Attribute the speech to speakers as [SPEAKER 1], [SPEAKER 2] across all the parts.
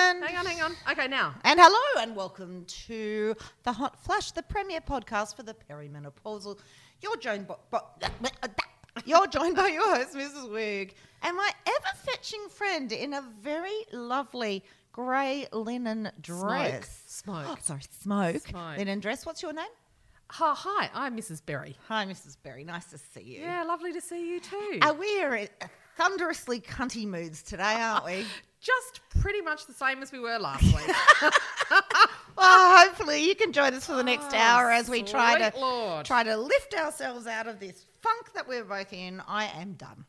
[SPEAKER 1] on. Okay, now.
[SPEAKER 2] And hello and welcome to the Hot Flush, the premier podcast for the perimenopausal. You're joined by, by- you're joined by your host, Mrs. Wig, and my ever-fetching friend in a very lovely grey linen dress. Oh,
[SPEAKER 1] Smoke. Smoke.
[SPEAKER 2] sorry, smoke.
[SPEAKER 1] Smoke.
[SPEAKER 2] Linen dress. What's your name?
[SPEAKER 1] Oh, hi, I'm Mrs. Berry.
[SPEAKER 2] Hi, Mrs. Berry. Nice to see you.
[SPEAKER 1] Yeah, lovely to see you too.
[SPEAKER 2] Uh, we're in thunderously cunty moods today, aren't we?
[SPEAKER 1] Just pretty much the same as we were last week.
[SPEAKER 2] Well, hopefully you can join us for the next
[SPEAKER 1] Oh,
[SPEAKER 2] hour as we try to
[SPEAKER 1] sweet Lord.
[SPEAKER 2] try to lift ourselves out of this funk that we're both in. I am done.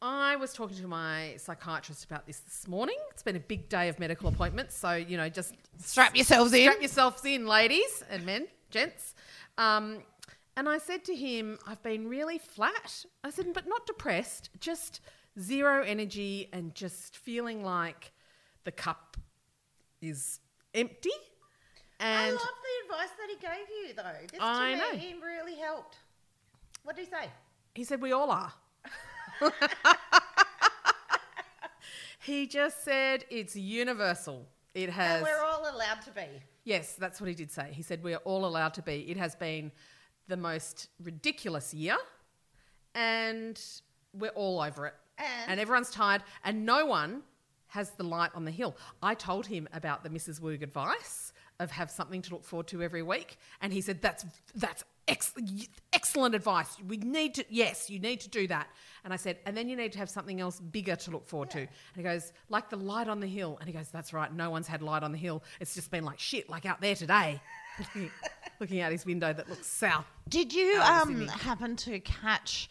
[SPEAKER 1] I was talking to my psychiatrist about this this morning. It's been a big day of medical appointments, so you know, just
[SPEAKER 2] Strap yourselves in.
[SPEAKER 1] strap yourselves in, ladies and men, gents. Um, and I said to him, I've been really flat. I said, but not depressed, just zero energy and just feeling like the cup is empty.
[SPEAKER 2] I
[SPEAKER 1] And
[SPEAKER 2] love the advice that he gave you, though. This
[SPEAKER 1] I
[SPEAKER 2] to
[SPEAKER 1] know.
[SPEAKER 2] me he really helped. What did he say?
[SPEAKER 1] he said, We all are. he just said, It's universal. It
[SPEAKER 2] That
[SPEAKER 1] has.
[SPEAKER 2] we're all allowed to be.
[SPEAKER 1] Yes, that's what he did say. He said, We are all allowed to be. It has been the most ridiculous year, and we're all over it.
[SPEAKER 2] And-
[SPEAKER 1] everyone's tired, and no one has the light on the hill. I told him about the Mrs. Woog advice of have something to look forward to every week, and he said, That's, that's ex- excellent advice. We need to, yes, you need to do that. And I said, And then you need to have something else bigger to look forward to. And he goes, Like the light on the hill. And he goes, That's right, no one's had light on the hill. It's just been like shit, like out there today. Looking out his window that looks south.
[SPEAKER 2] Did you
[SPEAKER 1] Out of
[SPEAKER 2] um, happen to catch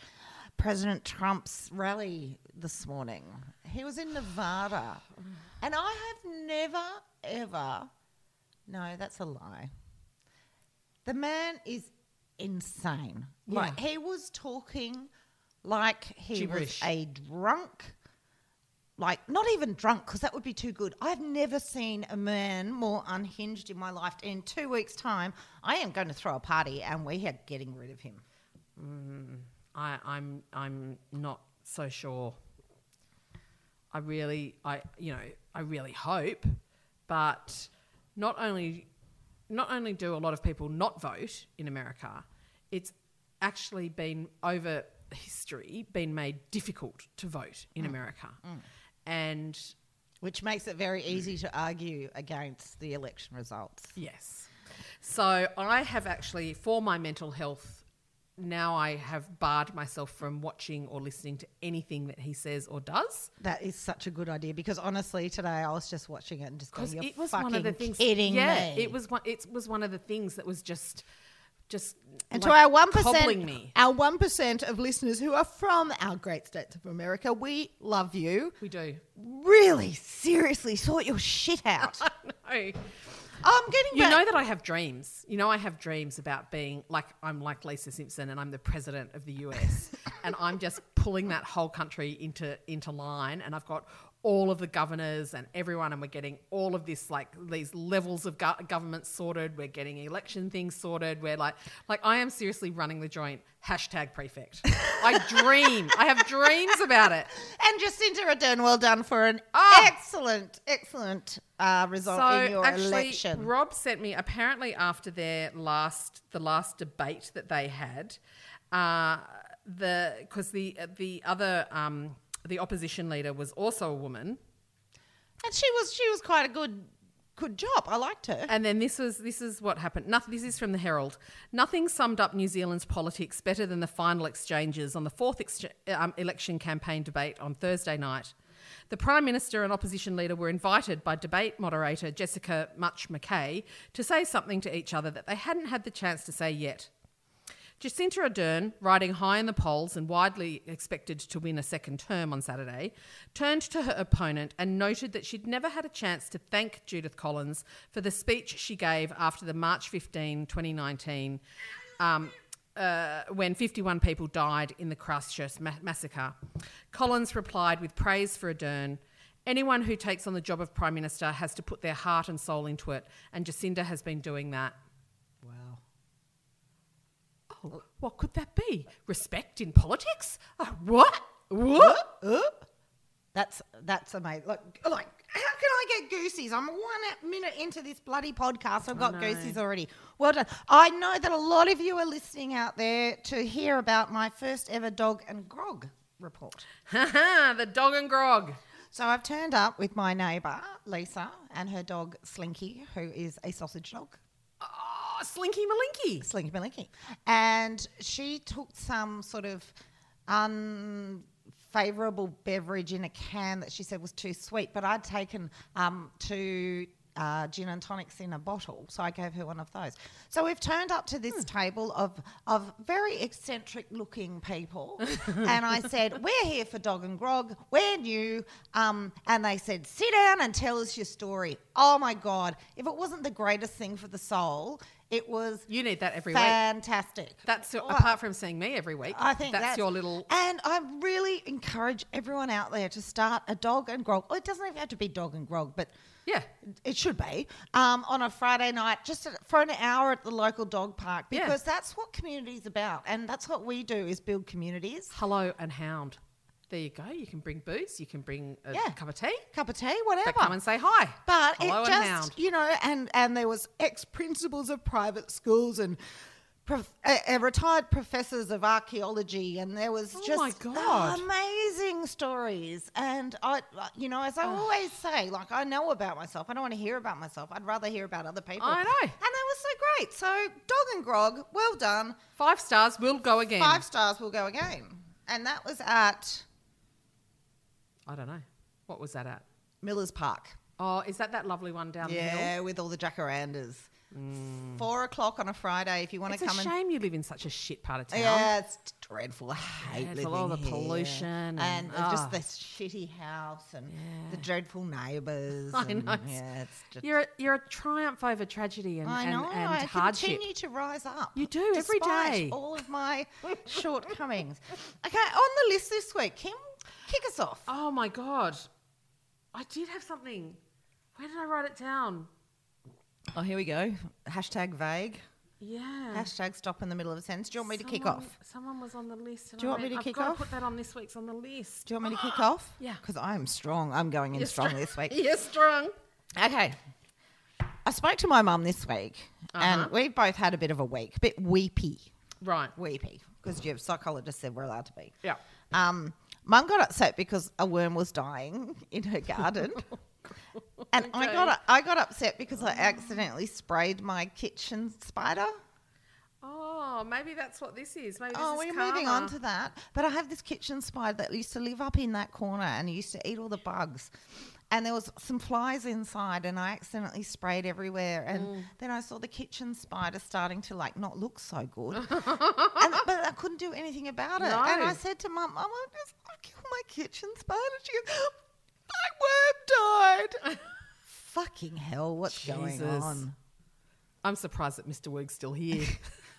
[SPEAKER 2] President Trump's rally this morning? He was in Nevada. And I have never, ever. No, that's a lie. The man is insane. Like,
[SPEAKER 1] Yeah.
[SPEAKER 2] he was talking like he
[SPEAKER 1] Gibberish.
[SPEAKER 2] was a drunk. Like, not even drunk, because that would be too good. I've never seen a man more unhinged in my life. In two weeks' time, I am going to throw a party, and we are getting rid of him.
[SPEAKER 1] I, I'm I'm not so sure. I really I you know I really hope, but not only not only do a lot of people not vote in America, it's actually been over history been made difficult to vote in America, and
[SPEAKER 2] Which makes it very easy to argue against the election results.
[SPEAKER 1] Yes. So I have actually, for my mental health, now I have barred myself from watching or listening to anything that he says or does.
[SPEAKER 2] That is such a good idea because honestly, today I was just watching it and just going,
[SPEAKER 1] Because
[SPEAKER 2] "You're
[SPEAKER 1] it was
[SPEAKER 2] fucking
[SPEAKER 1] one of the things.
[SPEAKER 2] kidding
[SPEAKER 1] yeah,
[SPEAKER 2] me."
[SPEAKER 1] it was one. It was one of the things that was just, just.
[SPEAKER 2] and
[SPEAKER 1] like,
[SPEAKER 2] to our one
[SPEAKER 1] cobbling
[SPEAKER 2] percent,
[SPEAKER 1] me.
[SPEAKER 2] our one percent of listeners who are from our great states of America, we love you.
[SPEAKER 1] We do.
[SPEAKER 2] Really, seriously, sort your shit out.
[SPEAKER 1] No.
[SPEAKER 2] I'm getting
[SPEAKER 1] You
[SPEAKER 2] back.
[SPEAKER 1] know that I have dreams. You know I have dreams about being like I'm like Lisa Simpson and I'm the president of the US and I'm just pulling that whole country into into line and I've got all of the governors and everyone and we're getting all of this like these levels of go- government sorted. We're getting election things sorted. We're like like I am seriously running the joint. Hashtag prefect. I dream. I have dreams about it.
[SPEAKER 2] and Jacinda Ardern, well done for an
[SPEAKER 1] Oh.
[SPEAKER 2] excellent, excellent uh, result in your election.
[SPEAKER 1] Rob sent me apparently after their last the last debate that they had, uh, the because the the other um, the opposition leader was also a woman,
[SPEAKER 2] and she was, she was quite a good, good job. I liked her.
[SPEAKER 1] and then this was this is what happened. Nothing. This is from the Herald. Nothing summed up New Zealand's politics better than the final exchanges on the fourth exche- um, election campaign debate on Thursday night. The Prime Minister and opposition leader were invited by debate moderator Jessica Much McKay to say something to each other that they hadn't had the chance to say yet. Jacinta Ardern, riding high in the polls and widely expected to win a second term on Saturday, turned to her opponent and noted that she'd never had a chance to thank Judith Collins for the speech she gave after the March 15, 2019, um, uh, when 51 people died in the Christchurch ma- massacre. Collins replied with praise for Ardern. Anyone who takes on the job of Prime Minister has to put their heart and soul into it, and Jacinda has been doing that.
[SPEAKER 2] Wow.
[SPEAKER 1] Oh, what could that be? Respect in politics? Uh, what? What?
[SPEAKER 2] That's that's amazing. Like, like, how can I get goosies. I'm one minute into this bloody podcast. I've got
[SPEAKER 1] know.
[SPEAKER 2] goosies already. Well done. I know that a lot of you are listening out there to hear about my first ever dog and grog report.
[SPEAKER 1] the dog and grog.
[SPEAKER 2] So I've turned up with my neighbour, Lisa, and her dog, Slinky, who is a sausage dog.
[SPEAKER 1] Oh, slinky malinky.
[SPEAKER 2] Slinky Malinky. And she took some sort of unfavourable beverage in a can that she said was too sweet, but I'd taken um, two uh, gin and tonics in a bottle, so I gave her one of those. So we've turned up to this table of, of very eccentric looking people, and I said, We're here for Dog and Grog, we're new. Um, and they said, Sit down and tell us your story. Oh my God, if it wasn't the greatest thing for the soul, it was
[SPEAKER 1] You need that every week.
[SPEAKER 2] fantastic.
[SPEAKER 1] That's your,
[SPEAKER 2] Well,
[SPEAKER 1] apart from seeing me every week.
[SPEAKER 2] I think
[SPEAKER 1] that's, your little.
[SPEAKER 2] And I really encourage everyone out there to start a dog and grog. Or it doesn't even have to be dog and grog, but
[SPEAKER 1] Yeah.
[SPEAKER 2] it should be um, on a Friday night, just at- for an hour at the local dog park,
[SPEAKER 1] Yeah.
[SPEAKER 2] because that's what community is about, and that's what we do is build communities.
[SPEAKER 1] Hello and hound. There you go. You can bring booze. You can bring a
[SPEAKER 2] Yeah.
[SPEAKER 1] cup of tea.
[SPEAKER 2] Cup of tea,
[SPEAKER 1] They
[SPEAKER 2] whatever.
[SPEAKER 1] come and say hi.
[SPEAKER 2] But
[SPEAKER 1] Hello
[SPEAKER 2] it
[SPEAKER 1] and
[SPEAKER 2] just,
[SPEAKER 1] hound.
[SPEAKER 2] you know, and and there was ex principals of private schools and. Prof, uh, uh, retired professors of archaeology, and there was
[SPEAKER 1] Oh
[SPEAKER 2] just
[SPEAKER 1] my God.
[SPEAKER 2] amazing stories. And I, uh, you know, as I always say, like I know about myself. I don't want to hear about myself. I'd rather hear about other people.
[SPEAKER 1] I know.
[SPEAKER 2] and that was so great. So dog and grog, well done.
[SPEAKER 1] Five stars. We'll go again.
[SPEAKER 2] Five stars, we'll go again. And that was at
[SPEAKER 1] I don't know. What was that at?
[SPEAKER 2] Miller's Park.
[SPEAKER 1] Oh, is that that lovely one down the hill? Mm.
[SPEAKER 2] Yeah, with all the jacarandas. Four o'clock on a Friday. If you want
[SPEAKER 1] It's
[SPEAKER 2] to
[SPEAKER 1] a
[SPEAKER 2] come and
[SPEAKER 1] shame you live in such a shit part of town.
[SPEAKER 2] yeah, it's dreadful. I hate
[SPEAKER 1] Dreadful,
[SPEAKER 2] living
[SPEAKER 1] all the
[SPEAKER 2] here.
[SPEAKER 1] pollution and-
[SPEAKER 2] and, uh,
[SPEAKER 1] ah.
[SPEAKER 2] just this shitty house and the dreadful neighbours.
[SPEAKER 1] I
[SPEAKER 2] and,
[SPEAKER 1] know, it's-
[SPEAKER 2] Yeah, it's just,
[SPEAKER 1] You're a, you're a triumph over tragedy and,
[SPEAKER 2] I
[SPEAKER 1] and,
[SPEAKER 2] know.
[SPEAKER 1] and
[SPEAKER 2] I
[SPEAKER 1] hardship.
[SPEAKER 2] continue to rise up.
[SPEAKER 1] You do every
[SPEAKER 2] despite
[SPEAKER 1] day.
[SPEAKER 2] All of my shortcomings. Okay, on the list this week, Kim, kick us off.
[SPEAKER 1] Oh my god. I did have something. Where did I write it down?
[SPEAKER 2] Oh, here we go. Hashtag vague.
[SPEAKER 1] Yeah.
[SPEAKER 2] Hashtag stop in the middle of a sentence. Do you want me to kick
[SPEAKER 1] Someone-
[SPEAKER 2] off?
[SPEAKER 1] Someone was on the list. And
[SPEAKER 2] Do you
[SPEAKER 1] I
[SPEAKER 2] want me
[SPEAKER 1] went,
[SPEAKER 2] to
[SPEAKER 1] I've
[SPEAKER 2] kick
[SPEAKER 1] gotta
[SPEAKER 2] off?
[SPEAKER 1] put that on this week's on the list.
[SPEAKER 2] Do you want me to kick off?
[SPEAKER 1] Ah, Yeah.
[SPEAKER 2] Because I'm strong. I'm going in strong this week.
[SPEAKER 1] You're strong.
[SPEAKER 2] Okay. I spoke to my mum this week,
[SPEAKER 1] Uh-huh.
[SPEAKER 2] and we've both had a bit of a week, a bit weepy,
[SPEAKER 1] Right.
[SPEAKER 2] weepy, because your psychologist said we're allowed to be.
[SPEAKER 1] Yeah.
[SPEAKER 2] Um, mum got upset because a worm was dying in her garden.
[SPEAKER 1] Oh,
[SPEAKER 2] And I got I got upset because I accidentally sprayed my kitchen spider.
[SPEAKER 1] Oh, maybe that's what this is. Maybe this
[SPEAKER 2] oh,
[SPEAKER 1] is
[SPEAKER 2] we're moving on
[SPEAKER 1] karma.
[SPEAKER 2] to that. But I have this kitchen spider that used to live up in that corner and used to eat all the bugs. And there was some flies inside, and I accidentally sprayed everywhere. And
[SPEAKER 1] Mm.
[SPEAKER 2] then I saw the kitchen spider starting to like not look so good, and, but I couldn't do anything about it. And
[SPEAKER 1] No.
[SPEAKER 2] I said to Mum, "Mum, I just I killed my kitchen spider." She goes, "My worm died." Fucking hell! What's going
[SPEAKER 1] Jesus.
[SPEAKER 2] on?
[SPEAKER 1] I'm surprised that Mr. Wig's still here.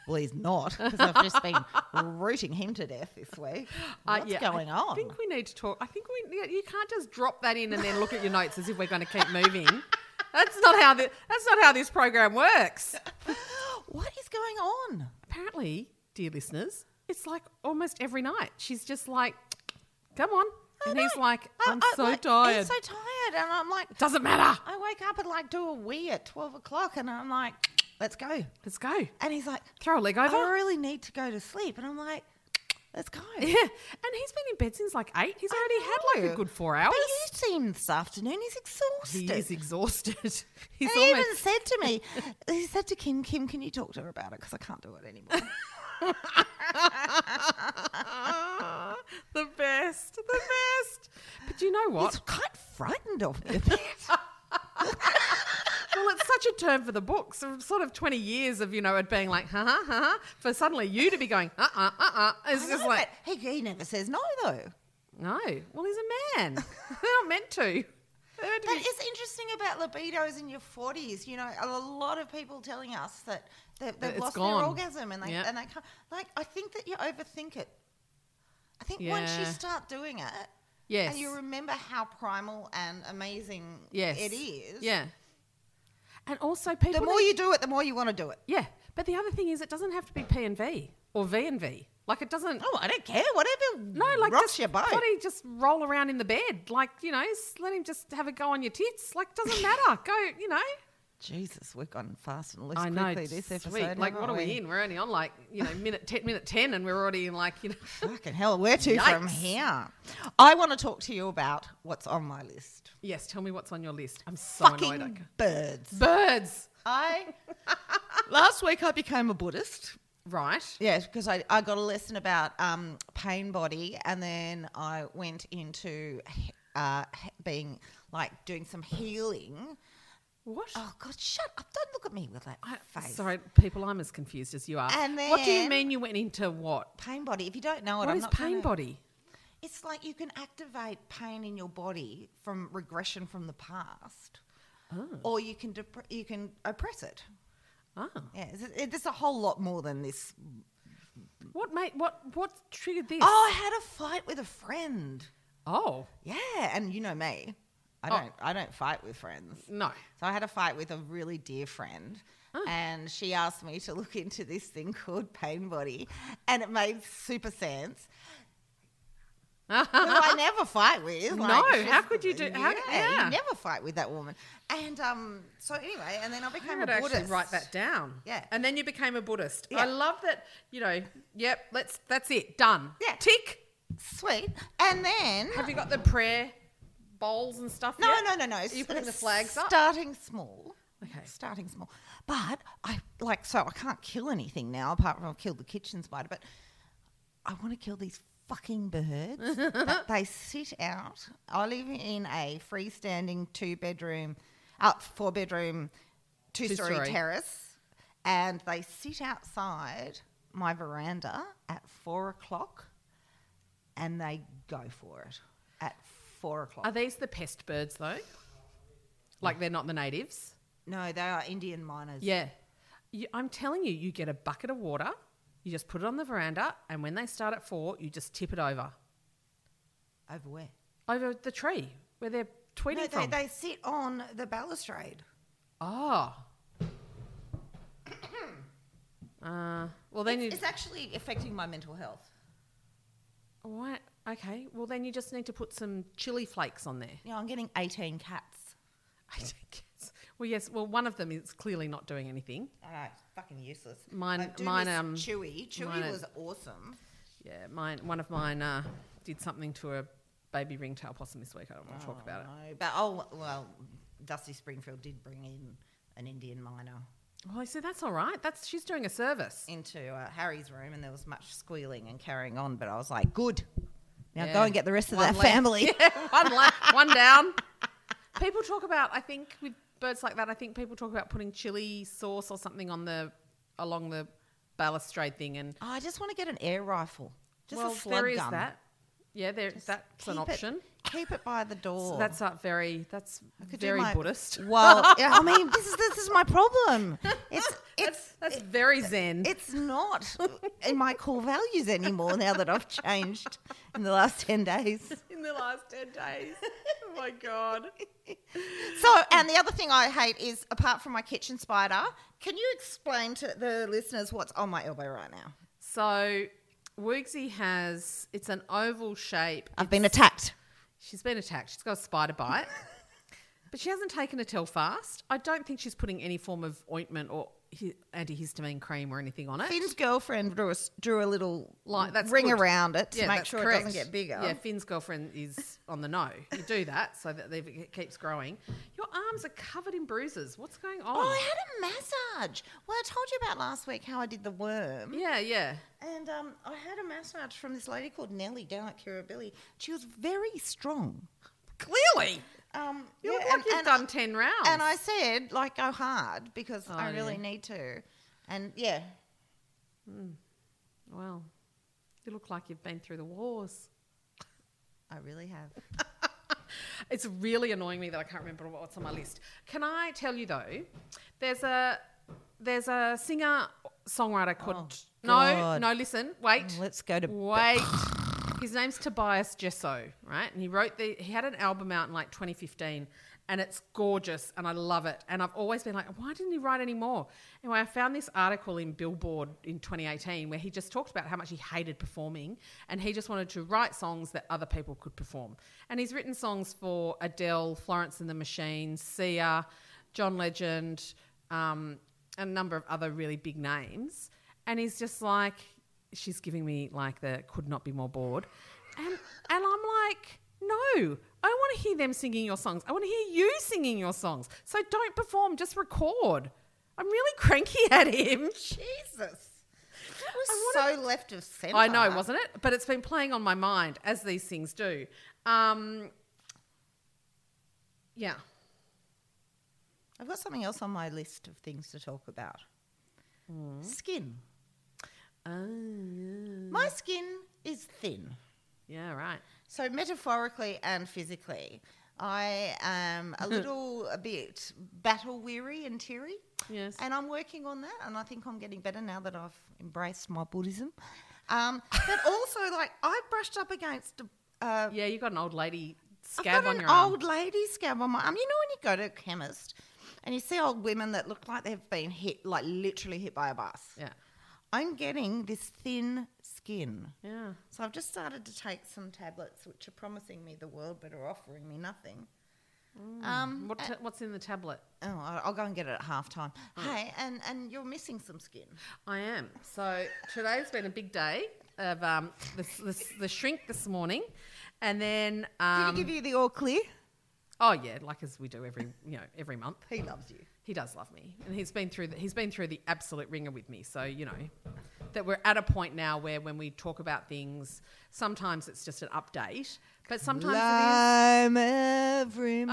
[SPEAKER 2] Well, he's not because I've just been rooting him to death this week.
[SPEAKER 1] Uh,
[SPEAKER 2] What's
[SPEAKER 1] yeah,
[SPEAKER 2] going
[SPEAKER 1] I
[SPEAKER 2] on?
[SPEAKER 1] think we need to talk. I think we yeah, you can't just drop that in and then look at your notes as if we're going to keep moving. That's not how the, that's not how this program works.
[SPEAKER 2] What is going on?
[SPEAKER 1] Apparently, dear listeners, it's like almost every night she's just like, "Come on,"
[SPEAKER 2] I
[SPEAKER 1] and he's
[SPEAKER 2] know.
[SPEAKER 1] like,
[SPEAKER 2] I-
[SPEAKER 1] "I'm
[SPEAKER 2] I-
[SPEAKER 1] so
[SPEAKER 2] like,
[SPEAKER 1] tired.
[SPEAKER 2] I'm so tired, and I'm like,
[SPEAKER 1] Doesn't matter.
[SPEAKER 2] I wake up and like do a wee at twelve o'clock, and I'm like, let's go.
[SPEAKER 1] Let's go.
[SPEAKER 2] And he's like,
[SPEAKER 1] Throw a leg
[SPEAKER 2] I
[SPEAKER 1] over."
[SPEAKER 2] really need to go to sleep, and I'm like, let's go.
[SPEAKER 1] yeah, and he's been in bed since like eight. He's already had like a
[SPEAKER 2] know.
[SPEAKER 1] good four
[SPEAKER 2] Oh. But
[SPEAKER 1] hours.
[SPEAKER 2] you see him this afternoon. He's
[SPEAKER 1] He
[SPEAKER 2] exhausted.
[SPEAKER 1] is exhausted.
[SPEAKER 2] and
[SPEAKER 1] he's
[SPEAKER 2] he
[SPEAKER 1] almost.
[SPEAKER 2] even said to me, he said to Kim, Kim, can you talk to her about it? Because I can't do it anymore.
[SPEAKER 1] the best, the best. But you know what?
[SPEAKER 2] He's quite frightened of me a bit.
[SPEAKER 1] Well, it's such a term for the books. So sort of 20 years of, you know, it being like, ha ha ha ha, for suddenly you to be going, uh uh uh uh. It's
[SPEAKER 2] I
[SPEAKER 1] just
[SPEAKER 2] know,
[SPEAKER 1] like,
[SPEAKER 2] but he, he never says no though.
[SPEAKER 1] no. Well, he's a man. They're not meant to. They're meant to
[SPEAKER 2] That
[SPEAKER 1] be-
[SPEAKER 2] is interesting about libidos in your forties. You know, a lot of people telling us that they, they've
[SPEAKER 1] it's
[SPEAKER 2] lost
[SPEAKER 1] gone.
[SPEAKER 2] their orgasm and they
[SPEAKER 1] Yeah.
[SPEAKER 2] and they can't. Like, I think that you overthink it. I think once you
[SPEAKER 1] Yeah.
[SPEAKER 2] start doing it,
[SPEAKER 1] Yes.
[SPEAKER 2] and you remember how primal and amazing
[SPEAKER 1] yes.
[SPEAKER 2] it is.
[SPEAKER 1] Yeah. And also, people.
[SPEAKER 2] The more
[SPEAKER 1] need-
[SPEAKER 2] you do it, the more you want to do it.
[SPEAKER 1] Yeah. But the other thing is, it doesn't have to be P and V or V and V. Like it doesn't.
[SPEAKER 2] Oh, I don't care. Whatever.
[SPEAKER 1] No, like
[SPEAKER 2] rocks
[SPEAKER 1] just
[SPEAKER 2] your boat.
[SPEAKER 1] bloody just roll around in the bed. Like you know, s- let him just have a go on your tits. Like doesn't matter. Go, you know.
[SPEAKER 2] Jesus, we're gone fast and loose
[SPEAKER 1] I know.
[SPEAKER 2] quickly this
[SPEAKER 1] sweet.
[SPEAKER 2] episode.
[SPEAKER 1] Like
[SPEAKER 2] haven't
[SPEAKER 1] what are we in? We're only on like you know minute ten, minute ten, and we're already in like you know.
[SPEAKER 2] Fucking hell, where to from
[SPEAKER 1] Yikes.
[SPEAKER 2] here? I want to talk to you about what's on my list.
[SPEAKER 1] yes, tell me what's on your list. I'm so annoyed. I
[SPEAKER 2] Fucking
[SPEAKER 1] ca-
[SPEAKER 2] birds.
[SPEAKER 1] Birds.
[SPEAKER 2] I last week I became a Buddhist.
[SPEAKER 1] Right.
[SPEAKER 2] Yes, because I, I got a lesson about um, pain body, and then I went into uh, he- being like doing some healing.
[SPEAKER 1] What?
[SPEAKER 2] Oh God, shut up! Don't look at me with that
[SPEAKER 1] I-
[SPEAKER 2] face.
[SPEAKER 1] Sorry, people. I'm as confused as you are.
[SPEAKER 2] And
[SPEAKER 1] what do you
[SPEAKER 2] then-
[SPEAKER 1] mean you went into what?
[SPEAKER 2] Pain body. If you don't know it,
[SPEAKER 1] What
[SPEAKER 2] I'm
[SPEAKER 1] is
[SPEAKER 2] not
[SPEAKER 1] pain
[SPEAKER 2] gonna-
[SPEAKER 1] body?
[SPEAKER 2] It's like you can activate pain in your body from regression from the past, or you can depre- you can oppress it.
[SPEAKER 1] Oh,
[SPEAKER 2] Yeah, it's, it, there's a whole lot more than this.
[SPEAKER 1] what mate? What what triggered this?
[SPEAKER 2] Oh, I had a fight with a friend.
[SPEAKER 1] Oh,
[SPEAKER 2] Yeah, and you know me, I
[SPEAKER 1] Oh.
[SPEAKER 2] don't I don't fight with friends.
[SPEAKER 1] no.
[SPEAKER 2] So I had a fight with a really dear friend,
[SPEAKER 1] Oh.
[SPEAKER 2] and she asked me to look into this thing called pain body, and it made super sense. Who I never fight with.
[SPEAKER 1] No,
[SPEAKER 2] she's-
[SPEAKER 1] how could you do- how- yeah.
[SPEAKER 2] you never fight with that woman. And um, so anyway, and then I became
[SPEAKER 1] I'm
[SPEAKER 2] a
[SPEAKER 1] going to
[SPEAKER 2] Buddhist.
[SPEAKER 1] actually write that down.
[SPEAKER 2] Yeah.
[SPEAKER 1] And then you became a Buddhist.
[SPEAKER 2] Yeah.
[SPEAKER 1] I love that, you know, yep, let's that's it. Done.
[SPEAKER 2] Yeah.
[SPEAKER 1] Tick.
[SPEAKER 2] Sweet. And then
[SPEAKER 1] Have you got the prayer bowls and stuff?
[SPEAKER 2] No,
[SPEAKER 1] yet?
[SPEAKER 2] no, no, no.
[SPEAKER 1] Are you
[SPEAKER 2] S-
[SPEAKER 1] putting the flags up?
[SPEAKER 2] Starting small.
[SPEAKER 1] Okay.
[SPEAKER 2] Starting small. But I like so I can't kill anything now apart from I've killed the kitchen spider, but I want to kill these fucking birds. but they sit out. I live in a freestanding two bedroom uh, four bedroom two story
[SPEAKER 1] Two-story.
[SPEAKER 2] terrace and they sit outside my veranda at four o'clock and they go for it at four o'clock.
[SPEAKER 1] Are these the pest birds though? Like they're not the natives?
[SPEAKER 2] No, they are Indian miners.
[SPEAKER 1] Yeah. You, I'm telling you, you get a bucket of water, you just put it on the veranda, and when they start at four, you just tip it over.
[SPEAKER 2] Over where?
[SPEAKER 1] Over the tree where they're tweeting
[SPEAKER 2] No, they,
[SPEAKER 1] from.
[SPEAKER 2] they sit on the balustrade.
[SPEAKER 1] Oh. Uh, well, then you
[SPEAKER 2] It's actually affecting my mental health.
[SPEAKER 1] Why? Okay. Well, then you just need to put some chili flakes on there.
[SPEAKER 2] You know, I'm getting 18 cats.
[SPEAKER 1] I don't guess. Well, yes. Well, one of them is clearly not doing anything.
[SPEAKER 2] I know, it's fucking useless.
[SPEAKER 1] Mine-
[SPEAKER 2] Like, do
[SPEAKER 1] mine,
[SPEAKER 2] this
[SPEAKER 1] um,
[SPEAKER 2] Chewy. Chewy
[SPEAKER 1] mine, uh,
[SPEAKER 2] was awesome.
[SPEAKER 1] Yeah, mine. One of mine uh, did something to a baby ringtail possum this week. I don't want to talk about it.
[SPEAKER 2] No, but oh well, Dusty Springfield did bring in an Indian miner
[SPEAKER 1] Well, you see, that's all right. That's she's doing a service.
[SPEAKER 2] into uh, Harry's room, and there was much squealing and carrying on. But I was like, good. Now
[SPEAKER 1] Yeah.
[SPEAKER 2] go and get the rest of
[SPEAKER 1] One
[SPEAKER 2] that
[SPEAKER 1] left.
[SPEAKER 2] family.
[SPEAKER 1] Yeah, one la- one down. People talk about. I think with birds like that, I think people talk about putting chili sauce or something on the along the balustrade thing and
[SPEAKER 2] Oh, I just want to get an air rifle. Just
[SPEAKER 1] well,
[SPEAKER 2] a slug
[SPEAKER 1] there is
[SPEAKER 2] gun.
[SPEAKER 1] that. Yeah, there, that's an
[SPEAKER 2] Keep it-
[SPEAKER 1] option.
[SPEAKER 2] keep it by the door.
[SPEAKER 1] So that's not very. That's
[SPEAKER 2] Could do
[SPEAKER 1] very
[SPEAKER 2] my-
[SPEAKER 1] Buddhist.
[SPEAKER 2] Well, yeah, I mean, this is this is my problem. It's it's
[SPEAKER 1] That's very Zen.
[SPEAKER 2] it's not in my core values anymore now that I've changed in the last ten days.
[SPEAKER 1] in the last ten days. oh my god.
[SPEAKER 2] So, and the other thing I hate is apart from my kitchen spider, can you explain to the listeners what's on my elbow right now?
[SPEAKER 1] So, Woogsy has. It's an oval shape.
[SPEAKER 2] I've been attacked.
[SPEAKER 1] She's been attacked. She's got a spider bite, but she hasn't taken a Telfast. I don't think she's putting any form of ointment or hi- antihistamine cream or anything on it.
[SPEAKER 2] Finn's girlfriend drew a, s- drew a little
[SPEAKER 1] Like, that's
[SPEAKER 2] ring
[SPEAKER 1] good.
[SPEAKER 2] around it to make
[SPEAKER 1] that's
[SPEAKER 2] sure it
[SPEAKER 1] correct.
[SPEAKER 2] doesn't get bigger.
[SPEAKER 1] Yeah, Finn's girlfriend is on the know. You do that so that they've- it keeps growing. Your arms are covered in bruises. What's going on?
[SPEAKER 2] Oh, I had a massage. Well, I told you about last week how I did the worm.
[SPEAKER 1] yeah, yeah.
[SPEAKER 2] And um, I had a massage from this lady called Nellie down at Kirribilli. She was very strong.
[SPEAKER 1] Clearly,
[SPEAKER 2] Um,
[SPEAKER 1] you
[SPEAKER 2] yeah,
[SPEAKER 1] look like
[SPEAKER 2] and,
[SPEAKER 1] you've
[SPEAKER 2] and
[SPEAKER 1] done ten rounds.
[SPEAKER 2] I, and I said, like, go hard because I
[SPEAKER 1] Oh,
[SPEAKER 2] really
[SPEAKER 1] yeah.
[SPEAKER 2] need to. And yeah,
[SPEAKER 1] well, you look like you've been through the wars.
[SPEAKER 2] I really have.
[SPEAKER 1] It's really annoying me that I can't remember what's on my list. Can I tell you though? There's a there's a singer songwriter called
[SPEAKER 2] Oh,
[SPEAKER 1] No
[SPEAKER 2] God.
[SPEAKER 1] No. Listen, wait.
[SPEAKER 2] Let's go to.
[SPEAKER 1] Wait. His name's Tobias Gesso, right? And he wrote the he had an album out in like 2015 and it's gorgeous and I love it. And I've always been like, why didn't he write any more? Anyway, I found this article in Billboard in 2018 where he just talked about how much he hated performing and he just wanted to write songs that other people could perform. And he's written songs for Adele, Florence and the Machine, Sia, John Legend, um, and a number of other really big names. And he's just like, she's giving me like the could not be more bored. And, and I'm like, no, I want to hear them singing your songs. I want to hear you singing your songs. So don't perform, just record. I'm really cranky at him.
[SPEAKER 2] Jesus. That
[SPEAKER 1] I
[SPEAKER 2] was so left of centre.
[SPEAKER 1] I know, wasn't it? But it's been playing on my mind as these things do. Um, yeah.
[SPEAKER 2] I've got something else on my list of things to talk about.
[SPEAKER 1] Mm.
[SPEAKER 2] Skin.
[SPEAKER 1] Oh,
[SPEAKER 2] My skin is thin.
[SPEAKER 1] yeah, right.
[SPEAKER 2] So metaphorically and physically, I am a little bit battle weary and teary.
[SPEAKER 1] Yes.
[SPEAKER 2] And I'm working on that, and I think I'm getting better now that I've embraced my Buddhism. Um, but also, like I brushed up against a, a
[SPEAKER 1] yeah, you got an old lady
[SPEAKER 2] I've
[SPEAKER 1] scab
[SPEAKER 2] got
[SPEAKER 1] on
[SPEAKER 2] an
[SPEAKER 1] your arm.
[SPEAKER 2] old lady scab on my arm. You know when you go to a chemist and you see old women that look like they've been hit, like literally hit by a bus.
[SPEAKER 1] Yeah.
[SPEAKER 2] I'm getting this thin skin.
[SPEAKER 1] Yeah.
[SPEAKER 2] So I've just started to take some tablets, which are promising me the world, but are offering me nothing. Um,
[SPEAKER 1] What t- what's in the tablet?
[SPEAKER 2] oh, I- I'll go and get it at half time. Hey, and, and you're missing some skin.
[SPEAKER 1] I am. So today's been a big day of um, the, the, the shrink this morning. And then,
[SPEAKER 2] Did
[SPEAKER 1] um,
[SPEAKER 2] he give you the all clear?
[SPEAKER 1] oh yeah, like as we do every you know every month,
[SPEAKER 2] He loves you.
[SPEAKER 1] he does love me, and he's been through the, he's been through the absolute ringer with me. So you know that we're at a point now where when we talk about things, sometimes it's just an update, but sometimes it is
[SPEAKER 2] Climb every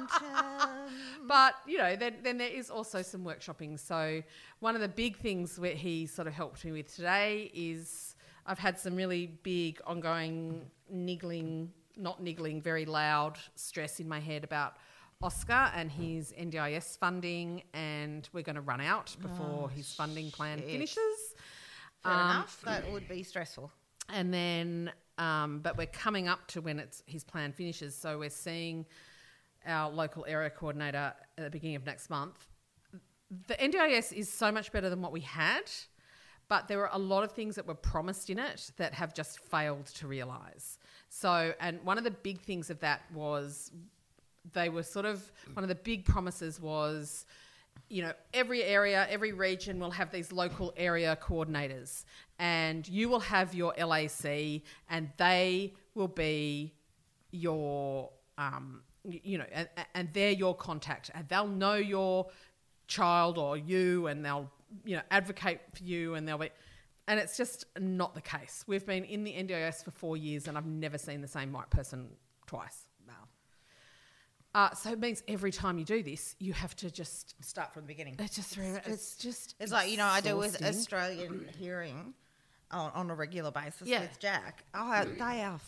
[SPEAKER 2] mountain.
[SPEAKER 1] But you know, then, then there is also some workshopping. So one of the big things where he sort of helped me with today is I've had some really big ongoing niggling, not niggling, very loud stress in my head about Oscar and his NDIS funding, and we're going to run out before his funding plan
[SPEAKER 2] shit.
[SPEAKER 1] finishes.
[SPEAKER 2] Fair
[SPEAKER 1] Um,
[SPEAKER 2] enough. That would be stressful.
[SPEAKER 1] and then um, but we're coming up to when it's his plan finishes so we're seeing our local area coordinator at the beginning of next month the ndis is so much better than what we had but there were a lot of things that were promised in it that have just failed to realize so and one of the big things of that was they were sort of one of the big promises was you know every area every region will have these local area coordinators and you will have your lac and they will be your um, y- you know and, and they're your contact and they'll know your child or you and they'll you know advocate for you and they'll be and it's just not the case we've been in the ndis for four years and i've never seen the same right person twice
[SPEAKER 2] Wow.
[SPEAKER 1] uh, so it means every time you do this, you have to just.
[SPEAKER 2] Start from the beginning.
[SPEAKER 1] It's just. It's, just.
[SPEAKER 2] It's like, you know, I do with
[SPEAKER 1] exhausting.
[SPEAKER 2] Australian hearing on, on a regular basis
[SPEAKER 1] Yeah.
[SPEAKER 2] with Jack. Oh, they are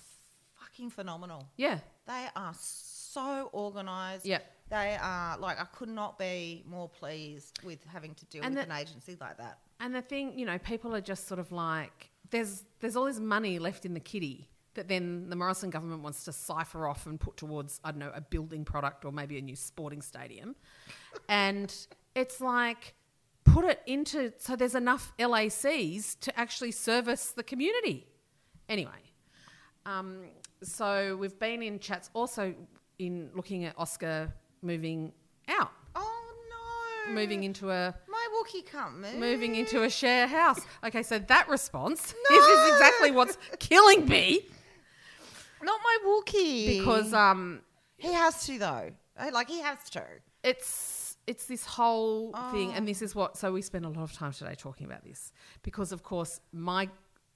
[SPEAKER 2] fucking phenomenal.
[SPEAKER 1] Yeah.
[SPEAKER 2] They are so organised.
[SPEAKER 1] Yeah.
[SPEAKER 2] They are like I could not be more pleased with having to deal
[SPEAKER 1] And
[SPEAKER 2] with
[SPEAKER 1] that-
[SPEAKER 2] an agency like that.
[SPEAKER 1] And the thing, you know, people are just sort of like, there's there's all this money left in the kitty that then the Morrison government wants to cipher off and put towards I don't know a building product or maybe a new sporting stadium, and it's like put it into so there's enough LACs to actually service the community. Anyway, Um, so we've been in chats also in looking at Oscar moving out,
[SPEAKER 2] Oh no.
[SPEAKER 1] moving into a
[SPEAKER 2] My Wookiee can't move.
[SPEAKER 1] moving into a share house. Okay, so that response is, is exactly what's killing me
[SPEAKER 2] Not my Wookiee.
[SPEAKER 1] because um,
[SPEAKER 2] he has to though. Eh, Like he has to.
[SPEAKER 1] it's it's this whole thing and
[SPEAKER 2] Oh.
[SPEAKER 1] this is what so we spend a lot of time today talking about this because of course my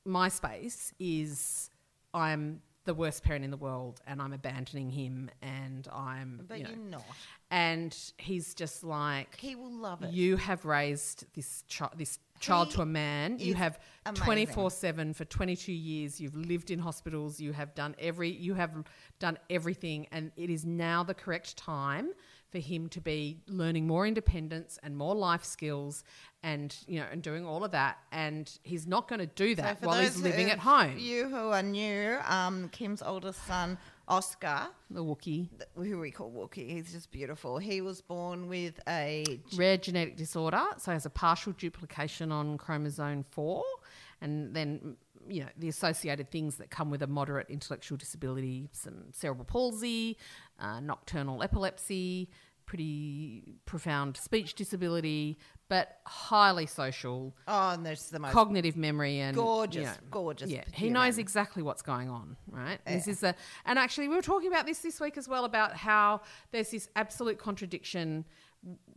[SPEAKER 1] my space is I'm the worst parent in the world and I'm abandoning him and I'm
[SPEAKER 2] But
[SPEAKER 1] you
[SPEAKER 2] you
[SPEAKER 1] know,
[SPEAKER 2] are not.
[SPEAKER 1] and he's just like
[SPEAKER 2] He will love it.
[SPEAKER 1] you have raised this child this child
[SPEAKER 2] He
[SPEAKER 1] to a man you
[SPEAKER 2] is
[SPEAKER 1] have
[SPEAKER 2] amazing.
[SPEAKER 1] 24/7 for 22 years you've lived in hospitals you have done every you have done everything and it is now the correct time for him to be learning more independence and more life skills and you know and doing all of that and he's not going to do that
[SPEAKER 2] for
[SPEAKER 1] while he's
[SPEAKER 2] those
[SPEAKER 1] living
[SPEAKER 2] of
[SPEAKER 1] at home
[SPEAKER 2] You who are new, um, Kim's oldest son Oscar,
[SPEAKER 1] the Wookiee.
[SPEAKER 2] th- who we call Wookie, he's just beautiful. He was born with a
[SPEAKER 1] Rare genetic disorder, so has a partial duplication on chromosome 4, and then, mm, you know, the associated things that come with a moderate intellectual disability, some cerebral palsy, uh, nocturnal epilepsy, pretty profound speech disability, but highly social,
[SPEAKER 2] oh, and there's the most
[SPEAKER 1] cognitive memory and you
[SPEAKER 2] gorgeous,
[SPEAKER 1] know,
[SPEAKER 2] gorgeous.
[SPEAKER 1] yeah, he
[SPEAKER 2] human.
[SPEAKER 1] knows exactly what's going on, right? This is a, and actually, we were talking about this this week as well about how there's this absolute contradiction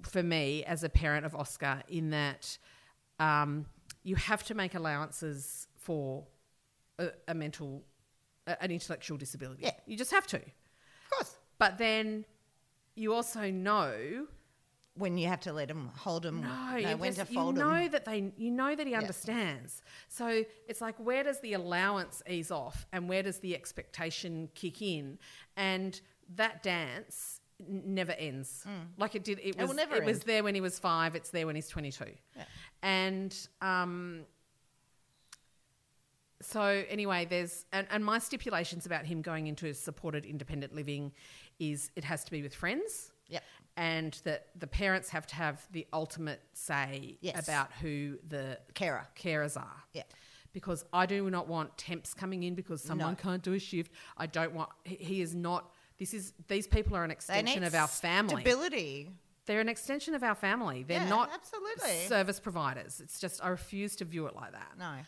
[SPEAKER 1] for me as a parent of Oscar in that um, you have to make allowances for a, a mental, a, an intellectual disability.
[SPEAKER 2] Yeah.
[SPEAKER 1] You just have to.
[SPEAKER 2] Of course,
[SPEAKER 1] But then you also know
[SPEAKER 2] when you have to let him hold him,
[SPEAKER 1] no,
[SPEAKER 2] know
[SPEAKER 1] you
[SPEAKER 2] when to
[SPEAKER 1] just-
[SPEAKER 2] fold
[SPEAKER 1] you
[SPEAKER 2] him.
[SPEAKER 1] know that they, you know that he understands. So it's like, where does the allowance ease off, and where does the expectation kick in? And that dance n- never ends. Like it did. It
[SPEAKER 2] Mm. will
[SPEAKER 1] was.
[SPEAKER 2] never
[SPEAKER 1] it was
[SPEAKER 2] end.
[SPEAKER 1] there when he was five. It's there when he's twenty-two.
[SPEAKER 2] Yeah.
[SPEAKER 1] And um, so anyway, there's and, and my stipulations about him going into supported independent living is it has to be with friends
[SPEAKER 2] Yep.
[SPEAKER 1] and that the parents have to have the ultimate say
[SPEAKER 2] Yes.
[SPEAKER 1] about who the
[SPEAKER 2] Carer.
[SPEAKER 1] carers are.
[SPEAKER 2] Yeah.
[SPEAKER 1] Because I do not want temps coming in because someone
[SPEAKER 2] No.
[SPEAKER 1] can't do a shift. I don't want he- he is not this is these people are an
[SPEAKER 2] They
[SPEAKER 1] extension
[SPEAKER 2] need
[SPEAKER 1] of our family.
[SPEAKER 2] Stability.
[SPEAKER 1] They're an extension of our family. They're
[SPEAKER 2] Yeah,
[SPEAKER 1] not
[SPEAKER 2] absolutely.
[SPEAKER 1] service providers. It's just I refuse to view it like that.
[SPEAKER 2] No.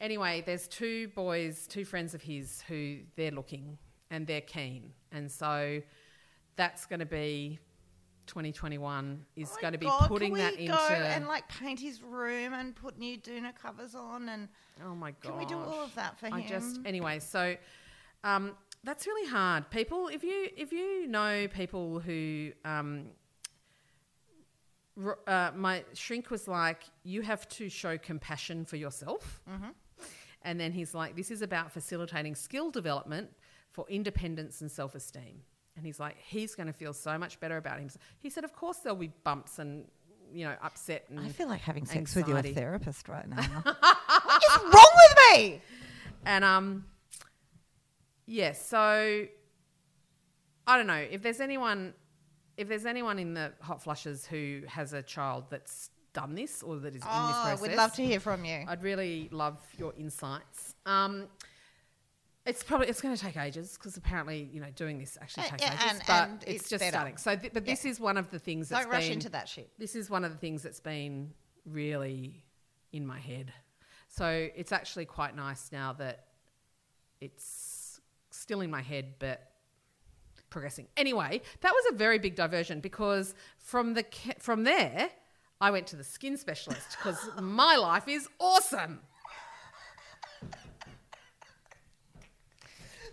[SPEAKER 1] Anyway, there's two boys, two friends of his who they're looking and they're keen. And so that's going to be 2021 is
[SPEAKER 2] Oh my
[SPEAKER 1] going to be
[SPEAKER 2] God, can
[SPEAKER 1] putting that
[SPEAKER 2] we
[SPEAKER 1] into
[SPEAKER 2] go and like paint his room and put new Duna covers on and
[SPEAKER 1] Oh my god.
[SPEAKER 2] Can we do all of that for
[SPEAKER 1] I just
[SPEAKER 2] him?
[SPEAKER 1] anyway, so um, that's really hard. People if you if you know people who um, r- uh, my shrink was like, you have to show compassion for yourself.
[SPEAKER 2] Mm-hmm.
[SPEAKER 1] And then he's like, this is about facilitating skill development for independence and self esteem. And he's like, he's going to feel so much better about himself. He said, of course, there'll be bumps and, you know, upset. And
[SPEAKER 2] I feel like having sex with
[SPEAKER 1] anxiety.
[SPEAKER 2] your therapist right now. what is wrong with me?
[SPEAKER 1] And um, yes. so I don't know if there's anyone, if there's anyone in the hot flushes who has a child that's done this or that is in this
[SPEAKER 2] Oh,
[SPEAKER 1] process. Oh,
[SPEAKER 2] we'd love to hear from you.
[SPEAKER 1] I'd really love your insights. Um, it's probably it's going to take ages because apparently you know doing this actually
[SPEAKER 2] Uh,
[SPEAKER 1] takes
[SPEAKER 2] yeah,
[SPEAKER 1] ages,
[SPEAKER 2] and-
[SPEAKER 1] but
[SPEAKER 2] and
[SPEAKER 1] it's,
[SPEAKER 2] it's
[SPEAKER 1] just
[SPEAKER 2] better.
[SPEAKER 1] starting. So, th- but this is one of the things. that's
[SPEAKER 2] Don't rush
[SPEAKER 1] been-
[SPEAKER 2] into that shit.
[SPEAKER 1] this is one of the things that's been really in my head. So it's actually quite nice now that it's still in my head, but progressing. Anyway, that was a very big diversion because from the ca- from there, I went to the skin specialist because my life is awesome.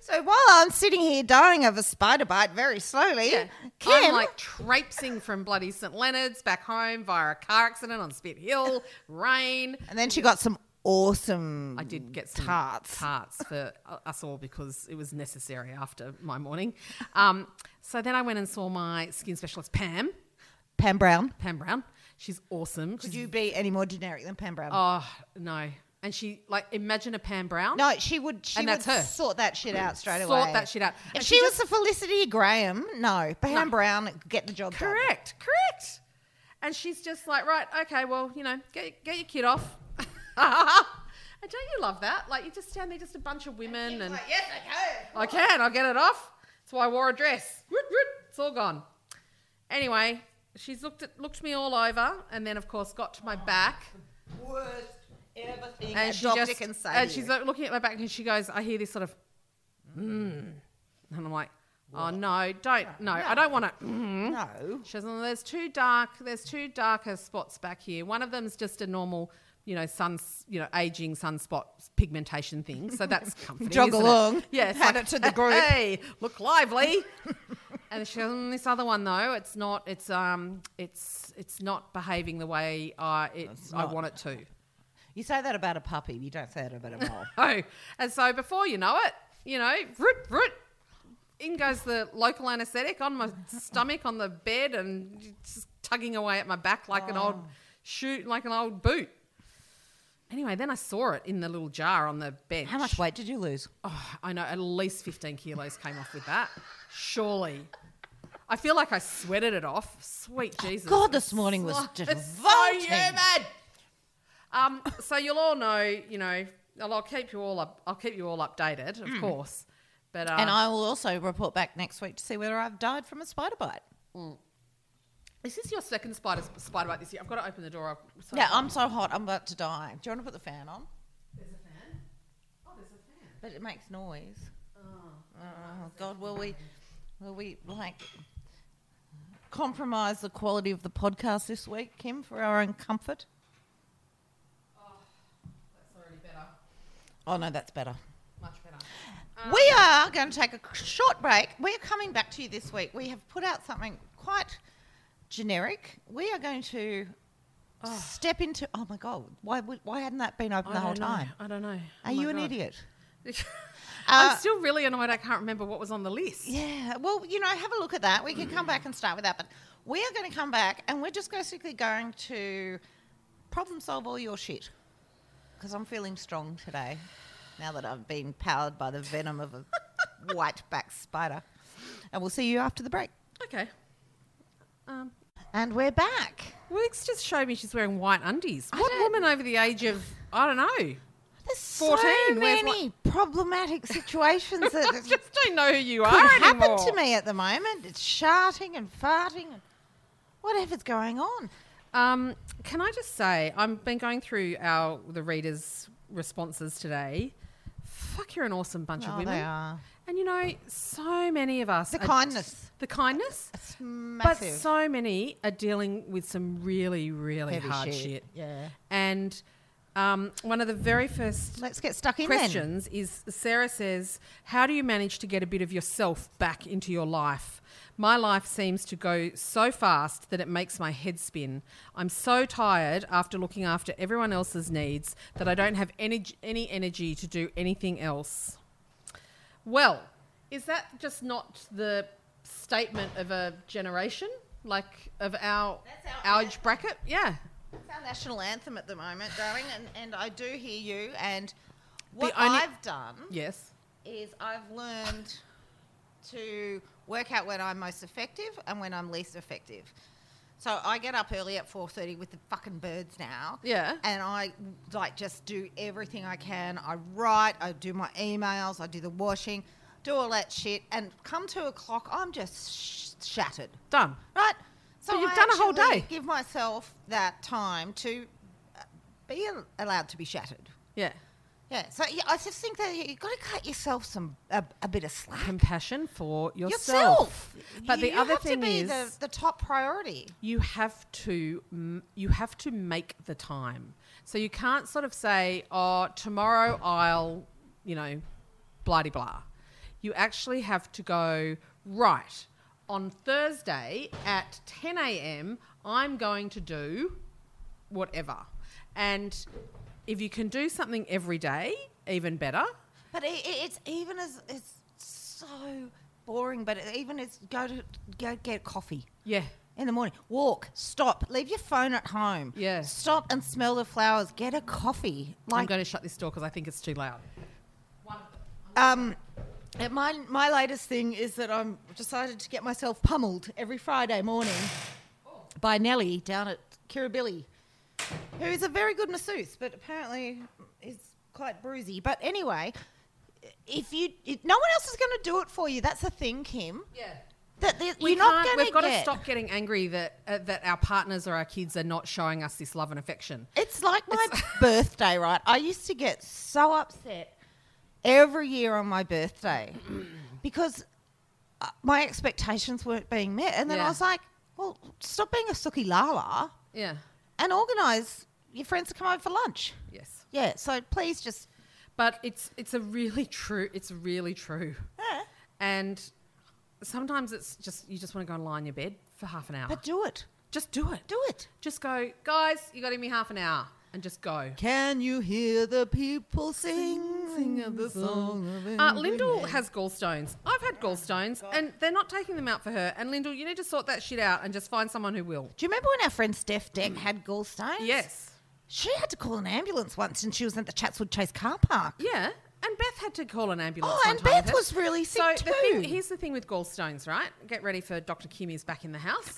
[SPEAKER 2] So while I'm sitting here dying of a spider bite very slowly, Eh, Kim,
[SPEAKER 1] I'm like traipsing from bloody St Leonard's back home via a car accident on Spit Hill, rain.
[SPEAKER 2] and then she got some awesome.
[SPEAKER 1] I did get some
[SPEAKER 2] tarts.
[SPEAKER 1] tarts for uh, us all because it was necessary after my morning. Um, so then I went and saw my skin specialist, Pam,
[SPEAKER 2] Pam Brown.
[SPEAKER 1] Pam Brown. She's awesome.
[SPEAKER 2] Could
[SPEAKER 1] She's-
[SPEAKER 2] you be any more generic than Pam Brown?
[SPEAKER 1] Oh no! And she like imagine a Pam Brown.
[SPEAKER 2] No, she would. She
[SPEAKER 1] And
[SPEAKER 2] would
[SPEAKER 1] that's her.
[SPEAKER 2] sort that shit out straight
[SPEAKER 1] Sort
[SPEAKER 2] away.
[SPEAKER 1] that shit out.
[SPEAKER 2] If
[SPEAKER 1] And
[SPEAKER 2] she,
[SPEAKER 1] she
[SPEAKER 2] was the Felicity Graham, no. Pam Brown, get the job done.
[SPEAKER 1] Correct, correct. And she's just like, right, okay, well, you know, get get your kid off. and don't you love that? Like you just stand there, just a bunch of women, and
[SPEAKER 2] Like, yes, okay.
[SPEAKER 1] I can. I'll get it off. That's why I wore a dress. Root, root. It's all gone. Anyway, she's looked at, looked me all over, and then of course got to my back,
[SPEAKER 2] Worst ever thing
[SPEAKER 1] and
[SPEAKER 2] a
[SPEAKER 1] she
[SPEAKER 2] doctor
[SPEAKER 1] just
[SPEAKER 2] can say.
[SPEAKER 1] and
[SPEAKER 2] to
[SPEAKER 1] she's
[SPEAKER 2] you.
[SPEAKER 1] like, looking at my back, and she goes, "I hear this sort of," mm. and I'm like, "Oh no, don't no, I don't want to."
[SPEAKER 2] no.
[SPEAKER 1] She goes, "Oh, "There's two dark. There's two darker spots back here. One of them's just a normal." You know, sun, you know, aging sunspot pigmentation thing. So that's comforting.
[SPEAKER 2] Jog
[SPEAKER 1] isn't it?
[SPEAKER 2] along.
[SPEAKER 1] Yeah, it's
[SPEAKER 2] Hand
[SPEAKER 1] like,
[SPEAKER 2] it to the group.
[SPEAKER 1] Hey, look lively. and she goes, "Mm, this other one though, it's not. It's um, it's it's not behaving the way I it, I
[SPEAKER 2] not.
[SPEAKER 1] want it to.
[SPEAKER 2] You say that about a puppy, you don't say that about a mole.
[SPEAKER 1] Oh, and so before you know it, you know, root root, in goes the local anaesthetic on my stomach on the bed
[SPEAKER 2] Oh.
[SPEAKER 1] and just tugging away at my back like an old shoot, like an old boot. Anyway, then I saw it in the little jar on the bench.
[SPEAKER 2] How much weight did you lose?
[SPEAKER 1] Oh, I know at least 15 kilos came off with that. Surely. I feel like I sweated it off. Sweet Jesus.
[SPEAKER 2] Oh, God, this morning was
[SPEAKER 1] It's so
[SPEAKER 2] revolting.
[SPEAKER 1] humid. Um, so you'll all know, you know, I'll, I'll keep you all up. I'll keep you all updated, of course. But uh,
[SPEAKER 2] Hmm. and I will also report back next week to see whether I've died from a spider bite.
[SPEAKER 1] is this your second spider spider bite this year? I've got to open the door. I'm so
[SPEAKER 2] Yeah, I'm so hot, I'm about to die. Do you want to put the fan on?
[SPEAKER 1] There's a fan. Oh, there's a fan.
[SPEAKER 2] But it makes noise.
[SPEAKER 1] Oh.
[SPEAKER 2] Oh God, will we, will we like compromise the quality of the podcast this week, Kim, for our own comfort?
[SPEAKER 1] That's already better.
[SPEAKER 2] Oh no, that's better.
[SPEAKER 1] Much better.
[SPEAKER 2] We are going to take a c- short break. We are coming back to you this week. We have put out something quite generic. We are going to step into. Oh my God, why would, why hadn't that been open the whole time?
[SPEAKER 1] I don't know. Oh
[SPEAKER 2] Are you an idiot?
[SPEAKER 1] idiot?
[SPEAKER 2] Uh,
[SPEAKER 1] I'm still really annoyed. I can't remember what was on the list.
[SPEAKER 2] Yeah. Well, you know, have a look at that. We can come back and start with that. But we are going to come back and we're just basically going to problem solve all your shit. Because I'm feeling strong today now that I've been powered by the venom of a white back spider. And we'll see you after the break.
[SPEAKER 1] Okay. Um,
[SPEAKER 2] And we're back.
[SPEAKER 1] Wix just showed me she's wearing white undies. What
[SPEAKER 2] don't-
[SPEAKER 1] woman over the age of I don't know?
[SPEAKER 2] There's so
[SPEAKER 1] 14, where's my-
[SPEAKER 2] many problematic situations
[SPEAKER 1] I
[SPEAKER 2] that
[SPEAKER 1] just don't know who you
[SPEAKER 2] could
[SPEAKER 1] are
[SPEAKER 2] happen
[SPEAKER 1] anymore.
[SPEAKER 2] to me at the moment. It's sharting and farting and whatever's going on.
[SPEAKER 1] Um, can I just say I've been going through our the readers' responses today. Fuck, you're an awesome bunch
[SPEAKER 2] Oh,
[SPEAKER 1] of
[SPEAKER 2] they
[SPEAKER 1] women.
[SPEAKER 2] are.
[SPEAKER 1] And you know, so many of us
[SPEAKER 2] The
[SPEAKER 1] are-
[SPEAKER 2] kindness.
[SPEAKER 1] the kindness.
[SPEAKER 2] It's massive.
[SPEAKER 1] But so many are dealing with some really, really
[SPEAKER 2] Heavy
[SPEAKER 1] hard
[SPEAKER 2] shit.
[SPEAKER 1] shit.
[SPEAKER 2] Yeah.
[SPEAKER 1] And um, one of the very first
[SPEAKER 2] Let's get stuck in then.
[SPEAKER 1] questions is Sarah says, How do you manage to get a bit of yourself back into your life? My life seems to go so fast that it makes my head spin. I'm so tired after looking after everyone else's needs that I don't have any, any energy to do anything else. Well, is that just not the statement of a generation? Like of our,
[SPEAKER 2] That's our-
[SPEAKER 1] our age bracket? Yeah.
[SPEAKER 2] It's our national anthem at the moment, darling, and, and I do hear you. And what
[SPEAKER 1] only-
[SPEAKER 2] I've done
[SPEAKER 1] Yes.
[SPEAKER 2] is I've learned to work out when I'm most effective and when I'm least effective. So I get up early at 4.30 with the fucking birds now.
[SPEAKER 1] Yeah.
[SPEAKER 2] And I like just do everything I can. I write, I do my emails, I do the washing, do all that shit. And come two o'clock, I'm just sh- shattered.
[SPEAKER 1] Done.
[SPEAKER 2] right? So
[SPEAKER 1] But you've
[SPEAKER 2] I
[SPEAKER 1] done a whole
[SPEAKER 2] actually
[SPEAKER 1] day.
[SPEAKER 2] Give myself that time to uh, be al- allowed to be shattered.
[SPEAKER 1] Yeah.
[SPEAKER 2] Yeah. So yeah, I just think that you've got to cut yourself some a, a bit of slack.
[SPEAKER 1] compassion for yourself.
[SPEAKER 2] Yourself.
[SPEAKER 1] But
[SPEAKER 2] You-
[SPEAKER 1] the
[SPEAKER 2] you
[SPEAKER 1] other
[SPEAKER 2] have
[SPEAKER 1] thing
[SPEAKER 2] to be
[SPEAKER 1] is,
[SPEAKER 2] the, the top priority.
[SPEAKER 1] you have to m- you have to make the time. So you can't sort of say, "Oh, tomorrow I'll," you know, blah de blah. You actually have to go right on Thursday at 10 a.m. I'm going to do whatever, and if you can do something every day, even better.
[SPEAKER 2] But i i- it's even as it's so boring. But it even as go to go get coffee.
[SPEAKER 1] Yeah,
[SPEAKER 2] In the morning, walk, stop, leave your phone at home.
[SPEAKER 1] Yeah.
[SPEAKER 2] Stop and smell the flowers. Get a coffee.
[SPEAKER 1] I'm
[SPEAKER 2] Like
[SPEAKER 1] going to shut this door because I think it's too loud. One of them.
[SPEAKER 2] Um, and my my latest thing is that I'm decided to get myself pummeled every Friday morning by Nellie down at Kirribilli, who is a very good masseuse, but apparently is quite bruisy. But anyway, if you if, no one else is going to do it for you. That's the thing, Kim.
[SPEAKER 1] Yeah.
[SPEAKER 2] That the,
[SPEAKER 1] we
[SPEAKER 2] you're not
[SPEAKER 1] can't-
[SPEAKER 2] going
[SPEAKER 1] We've got
[SPEAKER 2] get.
[SPEAKER 1] to stop getting angry that uh, that our partners or our kids are not showing us this love and affection.
[SPEAKER 2] It's like my birthday, right? I used to get so upset every year on my birthday because uh, my expectations weren't being met. And then I
[SPEAKER 1] Yeah.
[SPEAKER 2] was like, well, stop being a sookie lala
[SPEAKER 1] Yeah.
[SPEAKER 2] and organise your friends to come over for lunch.
[SPEAKER 1] Yes.
[SPEAKER 2] Yeah, so please just.
[SPEAKER 1] But it's it's a really true. It's really true.
[SPEAKER 2] Yeah.
[SPEAKER 1] And sometimes it's just you just want to go and lie in your bed for half an hour.
[SPEAKER 2] But do it.
[SPEAKER 1] just do it.
[SPEAKER 2] Do it.
[SPEAKER 1] Just go, guys. You got to give me half an hour and just go.
[SPEAKER 2] Can you hear the people sing? Sing of the song of
[SPEAKER 1] Uh, Lyndall has gallstones. I've had gallstones, and they're not taking them out for her. And Lyndall, you need to sort that shit out and just find someone who will.
[SPEAKER 2] Do you remember when our friend Steph Deck had gallstones?
[SPEAKER 1] Yes.
[SPEAKER 2] She had to call an ambulance once and she was at the Chatswood Chase car park.
[SPEAKER 1] Yeah, and Beth had to call an ambulance.
[SPEAKER 2] Oh,
[SPEAKER 1] one
[SPEAKER 2] and
[SPEAKER 1] time
[SPEAKER 2] Beth
[SPEAKER 1] with her.
[SPEAKER 2] was really sick
[SPEAKER 1] so The
[SPEAKER 2] too.
[SPEAKER 1] thing, here's the thing with gallstones, right? Get ready for Dr. Kimmy's back in the house.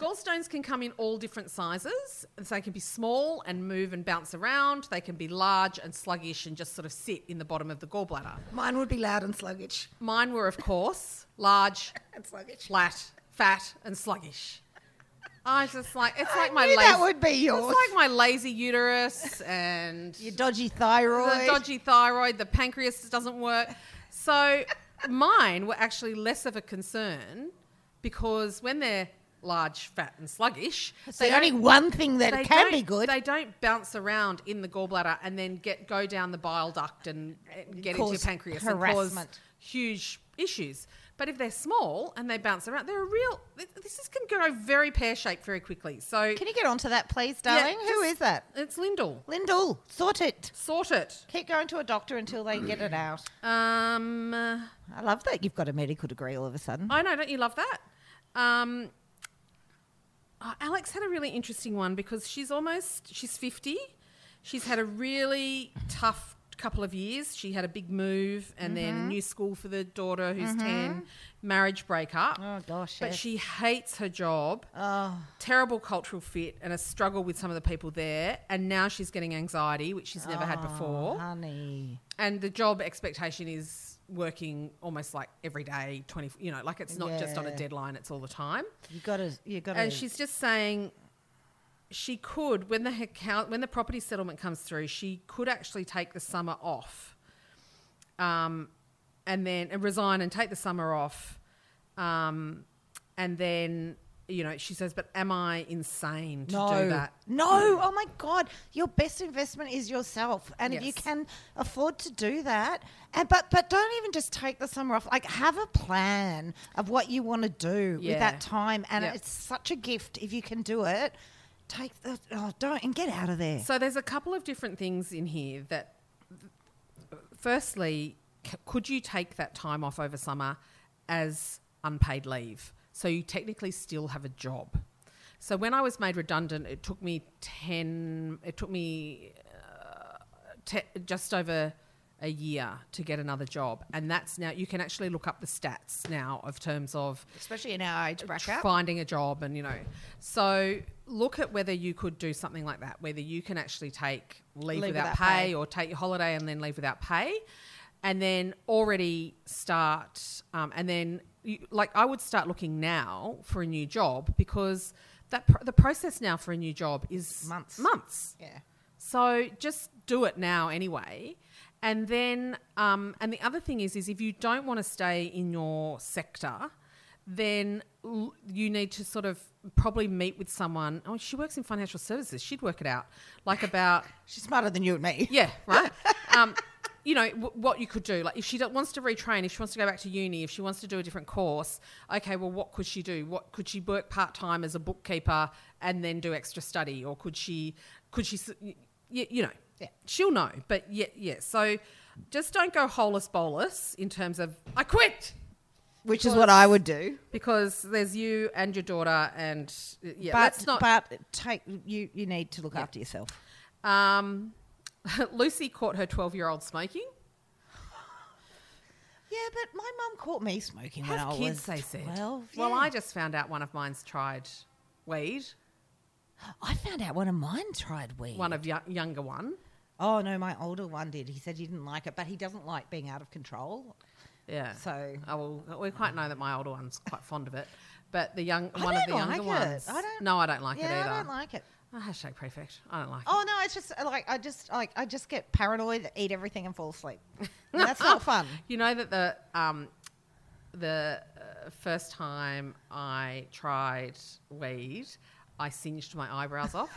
[SPEAKER 1] Gallstones can come in all different sizes. So they can be small and move and bounce around. They can be large and sluggish and just sort of sit in the bottom of the gallbladder.
[SPEAKER 2] Mine would be loud and sluggish.
[SPEAKER 1] Mine were, of course, large,
[SPEAKER 2] And sluggish.
[SPEAKER 1] flat, fat, and sluggish. I was just like, it's
[SPEAKER 2] I
[SPEAKER 1] like my
[SPEAKER 2] knew
[SPEAKER 1] lazy.
[SPEAKER 2] that would be yours.
[SPEAKER 1] It's like my lazy uterus and
[SPEAKER 2] Your dodgy thyroid.
[SPEAKER 1] the dodgy thyroid, the pancreas doesn't work. So mine were actually less of a concern because when they're large, fat, and sluggish,
[SPEAKER 2] It's the only one thing that
[SPEAKER 1] they
[SPEAKER 2] can
[SPEAKER 1] don't-
[SPEAKER 2] be good.
[SPEAKER 1] They don't bounce around in the gallbladder and then get go down the bile duct and and get into your
[SPEAKER 2] Cause
[SPEAKER 1] pancreas and cause
[SPEAKER 2] harassment.
[SPEAKER 1] huge issues. But if they're small and they bounce around, they're a real. This is, can go very pear shaped very quickly. So
[SPEAKER 2] Can you get onto that, please,
[SPEAKER 1] Yeah,
[SPEAKER 2] darling? Who
[SPEAKER 1] just-
[SPEAKER 2] is that?
[SPEAKER 1] it's Lindell.
[SPEAKER 2] Lindell. Sort it.
[SPEAKER 1] Sort it.
[SPEAKER 2] Keep going to a doctor until they get it out.
[SPEAKER 1] Um, uh,
[SPEAKER 2] I love that you've got a medical degree all of a sudden.
[SPEAKER 1] I know, don't you love that? Um, uh, Alex had a really interesting one because she's almost she's fifty. She's had a really tough couple of years. She had a big move and
[SPEAKER 2] Mm-hmm.
[SPEAKER 1] then new school for the daughter who's ten, marriage breakup.
[SPEAKER 2] Oh, gosh,
[SPEAKER 1] But
[SPEAKER 2] yes.
[SPEAKER 1] she hates her job.
[SPEAKER 2] Oh,
[SPEAKER 1] Terrible cultural fit and a struggle with some of the people there. And now she's getting anxiety, which she's never had before
[SPEAKER 2] Oh, honey.
[SPEAKER 1] and the job expectation is working almost like every day 20 you know like it's not just on a
[SPEAKER 2] Yeah.
[SPEAKER 1] deadline it's all the time
[SPEAKER 2] You got to. You got to.
[SPEAKER 1] and she's just saying she could when the account when the property settlement comes through she could actually take the summer off um, and then and resign and take the summer off um, and then you know she says but am i insane to do that
[SPEAKER 2] No. Oh my God. Your best investment is yourself. And if you
[SPEAKER 1] Yes.
[SPEAKER 2] can afford to do that, and but but don't even just take the summer off. Like have a plan of what you want to do
[SPEAKER 1] Yeah.
[SPEAKER 2] with that time. And
[SPEAKER 1] Yep.
[SPEAKER 2] it's such a gift if you can do it. Take the oh don't and get out of there.
[SPEAKER 1] So there's a couple of different things in here that, firstly, c- could you take that time off over summer as unpaid leave? So you technically still have a job. So when I was made redundant, it took me ten. It took me uh, te- just over a year to get another job, and that's now you can actually look up the stats now of terms of
[SPEAKER 2] Especially in our age
[SPEAKER 1] finding a job and you know so look at whether you could do something like that whether you can actually take leave,
[SPEAKER 2] Leave
[SPEAKER 1] without,
[SPEAKER 2] without
[SPEAKER 1] pay,
[SPEAKER 2] pay.
[SPEAKER 1] or take your holiday and then leave without pay and then already start um, and then you, like i would start looking now for a new job because that pr- the process now for a new job is
[SPEAKER 2] Months.
[SPEAKER 1] months
[SPEAKER 2] Yeah.
[SPEAKER 1] so just do it now anyway. And then, um, and the other thing is, is if you don't want to stay in your sector, then l- you need to sort of probably meet with someone. Oh, she works in financial services. She'd work it out. Like about
[SPEAKER 2] She's smarter than you and me.
[SPEAKER 1] yeah, right. um, you know w- what you could do. Like if she do- wants to retrain, if she wants to go back to uni, if she wants to do a different course. Okay, well, what could she do? What could she work part time as a bookkeeper and then do extra study, or could she? Could she? s- Y- y- you know,
[SPEAKER 2] Yeah.
[SPEAKER 1] she'll know. But yeah, yeah. So just don't go holus bolus in terms of I quit
[SPEAKER 2] Which is what I would do.
[SPEAKER 1] because there's you and your daughter and uh, yeah.
[SPEAKER 2] but
[SPEAKER 1] let's not
[SPEAKER 2] but take you you need to look after yourself.
[SPEAKER 1] Um, Lucy caught her 12 year old smoking.
[SPEAKER 2] Yeah, but my mum caught me smoking when
[SPEAKER 1] Have
[SPEAKER 2] I
[SPEAKER 1] kids, they
[SPEAKER 2] was
[SPEAKER 1] said.
[SPEAKER 2] twelve.
[SPEAKER 1] Well,
[SPEAKER 2] yeah.
[SPEAKER 1] I just found out one of mine's tried weed,
[SPEAKER 2] I found out one of mine tried weed.
[SPEAKER 1] one of y- younger one.
[SPEAKER 2] Oh no, my older one did. He said he didn't like it, but he doesn't like being out of control.
[SPEAKER 1] Yeah.
[SPEAKER 2] So-
[SPEAKER 1] I will, we quite know that my older one's quite fond of it, but the young
[SPEAKER 2] I
[SPEAKER 1] one of
[SPEAKER 2] don't
[SPEAKER 1] the younger
[SPEAKER 2] like it.
[SPEAKER 1] ones.
[SPEAKER 2] I don't-
[SPEAKER 1] No, I don't like it
[SPEAKER 2] yeah,
[SPEAKER 1] either.
[SPEAKER 2] I don't like it.
[SPEAKER 1] Oh, hashtag prefect. I don't like it.
[SPEAKER 2] Oh no, it's just uh, like I just like I just get paranoid, eat everything, and fall asleep. And that's not fun.
[SPEAKER 1] You know that the um, the uh, first time I tried weed, I singed my eyebrows off.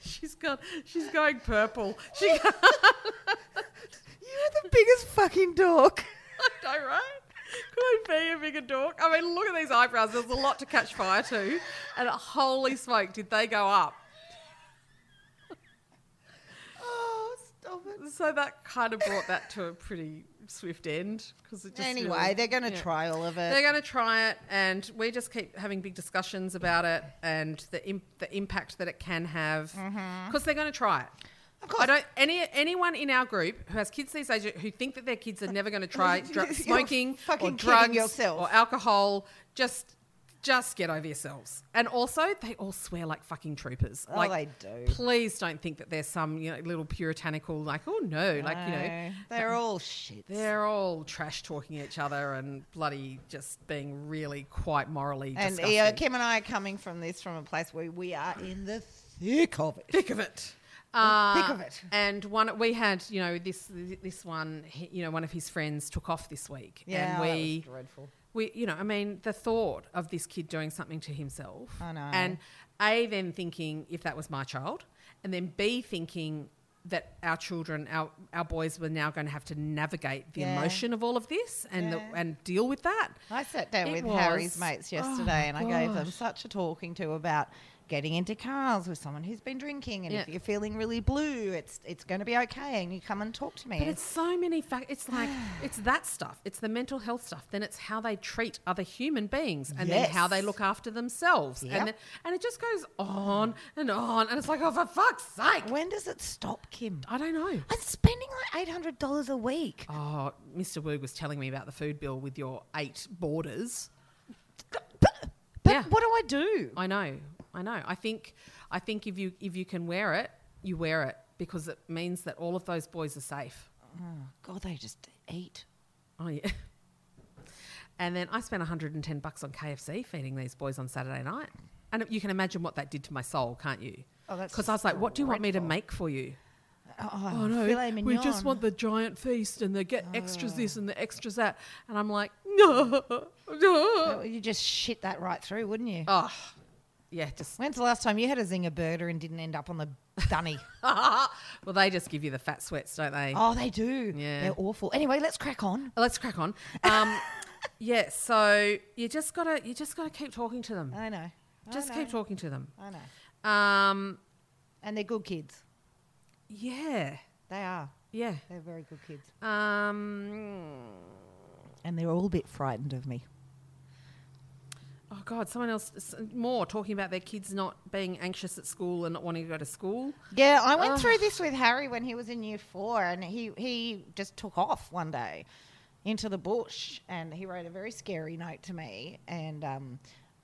[SPEAKER 1] she's got she's going purple. She got
[SPEAKER 2] You're the biggest fucking dork.
[SPEAKER 1] I know, right? Could I be a bigger dork? I mean, look at these eyebrows. There's a lot to catch fire to. And holy smoke, did they go up?
[SPEAKER 2] Oh, stop it.
[SPEAKER 1] so that kind of brought that to a pretty swift end because it just
[SPEAKER 2] anyway,
[SPEAKER 1] really-
[SPEAKER 2] they're going to
[SPEAKER 1] yeah.
[SPEAKER 2] try all of it.
[SPEAKER 1] They're going to try it, and we just keep having big discussions about it and the imp- the impact that it can have because
[SPEAKER 2] Mm-hmm.
[SPEAKER 1] they're going to try it. Of
[SPEAKER 2] course.
[SPEAKER 1] I don't any anyone in our group who has kids these ages who think that their kids are never going to try dr-
[SPEAKER 2] You're
[SPEAKER 1] smoking
[SPEAKER 2] fucking
[SPEAKER 1] or
[SPEAKER 2] kidding
[SPEAKER 1] drugs
[SPEAKER 2] yourself.
[SPEAKER 1] or alcohol just just get over yourselves. And also, they all swear like fucking troopers.
[SPEAKER 2] Oh,
[SPEAKER 1] like
[SPEAKER 2] they do.
[SPEAKER 1] Please don't think that there's some you know little puritanical like oh no like you know uh,
[SPEAKER 2] No, they're all shit.
[SPEAKER 1] they're all trash talking each other and bloody just being really quite morally
[SPEAKER 2] and
[SPEAKER 1] disgusting.
[SPEAKER 2] yeah, Kim and I are coming from this from a place where we are in the thick of it.
[SPEAKER 1] Thick of it. Uh,
[SPEAKER 2] Thick of it.
[SPEAKER 1] And one we had, you know, this this one, he- you know, one of his friends took off this week,
[SPEAKER 2] Yeah,
[SPEAKER 1] and we
[SPEAKER 2] that was dreadful.
[SPEAKER 1] we, you know, I mean, the thought of this kid doing something to himself.
[SPEAKER 2] I know.
[SPEAKER 1] And A, then thinking if that was my child, and then B, thinking that our children, our, our boys were now going to have to navigate the
[SPEAKER 2] Yeah.
[SPEAKER 1] emotion of all of this and,
[SPEAKER 2] Yeah.
[SPEAKER 1] the, and deal with that.
[SPEAKER 2] I sat down
[SPEAKER 1] It
[SPEAKER 2] with
[SPEAKER 1] was-
[SPEAKER 2] Harry's mates
[SPEAKER 1] oh
[SPEAKER 2] yesterday and I gave them
[SPEAKER 1] God.
[SPEAKER 2] such a talking to about getting into cars with someone who's been drinking and if
[SPEAKER 1] Yeah.
[SPEAKER 2] you're feeling really blue, it's it's going to be okay and you come and talk to me.
[SPEAKER 1] But it's so many fac It's like it's that stuff. It's the mental health stuff. Then it's how they treat other human beings, and then how they
[SPEAKER 2] Yes.
[SPEAKER 1] look after themselves,
[SPEAKER 2] Yep.
[SPEAKER 1] and then, and it just goes on and on. And it's like, oh, for fuck's sake!
[SPEAKER 2] when does it stop, Kim?
[SPEAKER 1] I don't know.
[SPEAKER 2] I'm spending like $800 a week.
[SPEAKER 1] Oh, Mr. Woog was telling me about the food bill with your eight borders.
[SPEAKER 2] But, but
[SPEAKER 1] Yeah.
[SPEAKER 2] what do I do?
[SPEAKER 1] I know, I know. I think, I think if you if you can wear it, you wear it because it means that all of those boys are safe.
[SPEAKER 2] Oh, God, they just eat.
[SPEAKER 1] Oh yeah. And then I spent 110 bucks on KFC feeding these boys on Saturday night. And you can imagine what that did to my soul, can't you?
[SPEAKER 2] Oh, that's
[SPEAKER 1] Because I was like, what do you want me to
[SPEAKER 2] dreadful.
[SPEAKER 1] make for you?
[SPEAKER 2] Oh, filet mignon.
[SPEAKER 1] the giant feast and the get extras this and the extras that. And I'm like, no, no.
[SPEAKER 2] Oh, You just shit that right through, wouldn't you?
[SPEAKER 1] Oh, yeah, just.
[SPEAKER 2] When's the last time you had a zinger burger and didn't end up on the dunny?
[SPEAKER 1] well, they just give you the fat sweats, don't they?
[SPEAKER 2] oh, they do.
[SPEAKER 1] Yeah.
[SPEAKER 2] They're awful. Anyway, let's crack on.
[SPEAKER 1] Let's crack on. Um, yeah, so you just gotta you just gotta keep talking to them.
[SPEAKER 2] I know. Uh, I
[SPEAKER 1] Just
[SPEAKER 2] know.
[SPEAKER 1] keep talking to them.
[SPEAKER 2] I know.
[SPEAKER 1] Um,
[SPEAKER 2] And they're good kids.
[SPEAKER 1] Yeah,
[SPEAKER 2] They are.
[SPEAKER 1] yeah.
[SPEAKER 2] They're very good kids.
[SPEAKER 1] Um,
[SPEAKER 2] And they're all a bit frightened of me.
[SPEAKER 1] oh God, someone else s- more talking about their kids not being anxious at school and not wanting to go to school.
[SPEAKER 2] Yeah, I went
[SPEAKER 1] Ugh.
[SPEAKER 2] through this with Harry when he was in year four, and he, he just took off one day into the bush, and he wrote a very scary note to me, and um,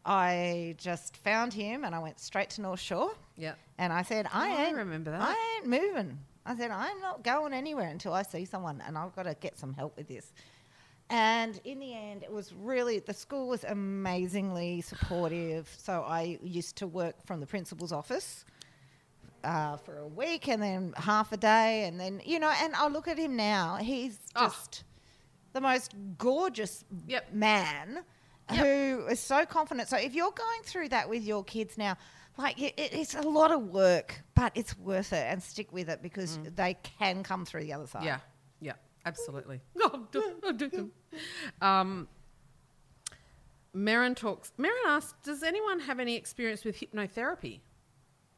[SPEAKER 2] I just found him, and I went straight to North Shore,
[SPEAKER 1] Yeah,
[SPEAKER 2] and I said, I
[SPEAKER 1] Oh, I
[SPEAKER 2] ain't
[SPEAKER 1] remember that.
[SPEAKER 2] I ain't moving. I said, I'm not going anywhere until I see someone, and I've got to get some help with this. And in the end, it was really the school was amazingly supportive. So I used to work from the principal's office uh, for a week, and then half a day, and then you know. And I look at him now; he's
[SPEAKER 1] Oh.
[SPEAKER 2] just the most gorgeous
[SPEAKER 1] Yep.
[SPEAKER 2] man
[SPEAKER 1] Yep.
[SPEAKER 2] who is so confident. So if you're going through that with your kids now, like it, it- it's a lot of work, but it's worth it and stick with it because they can come through the other side.
[SPEAKER 1] Mm. yeah, yeah. Absolutely. No, um, Marin talks. Marin asks, "Does anyone have any experience with hypnotherapy?"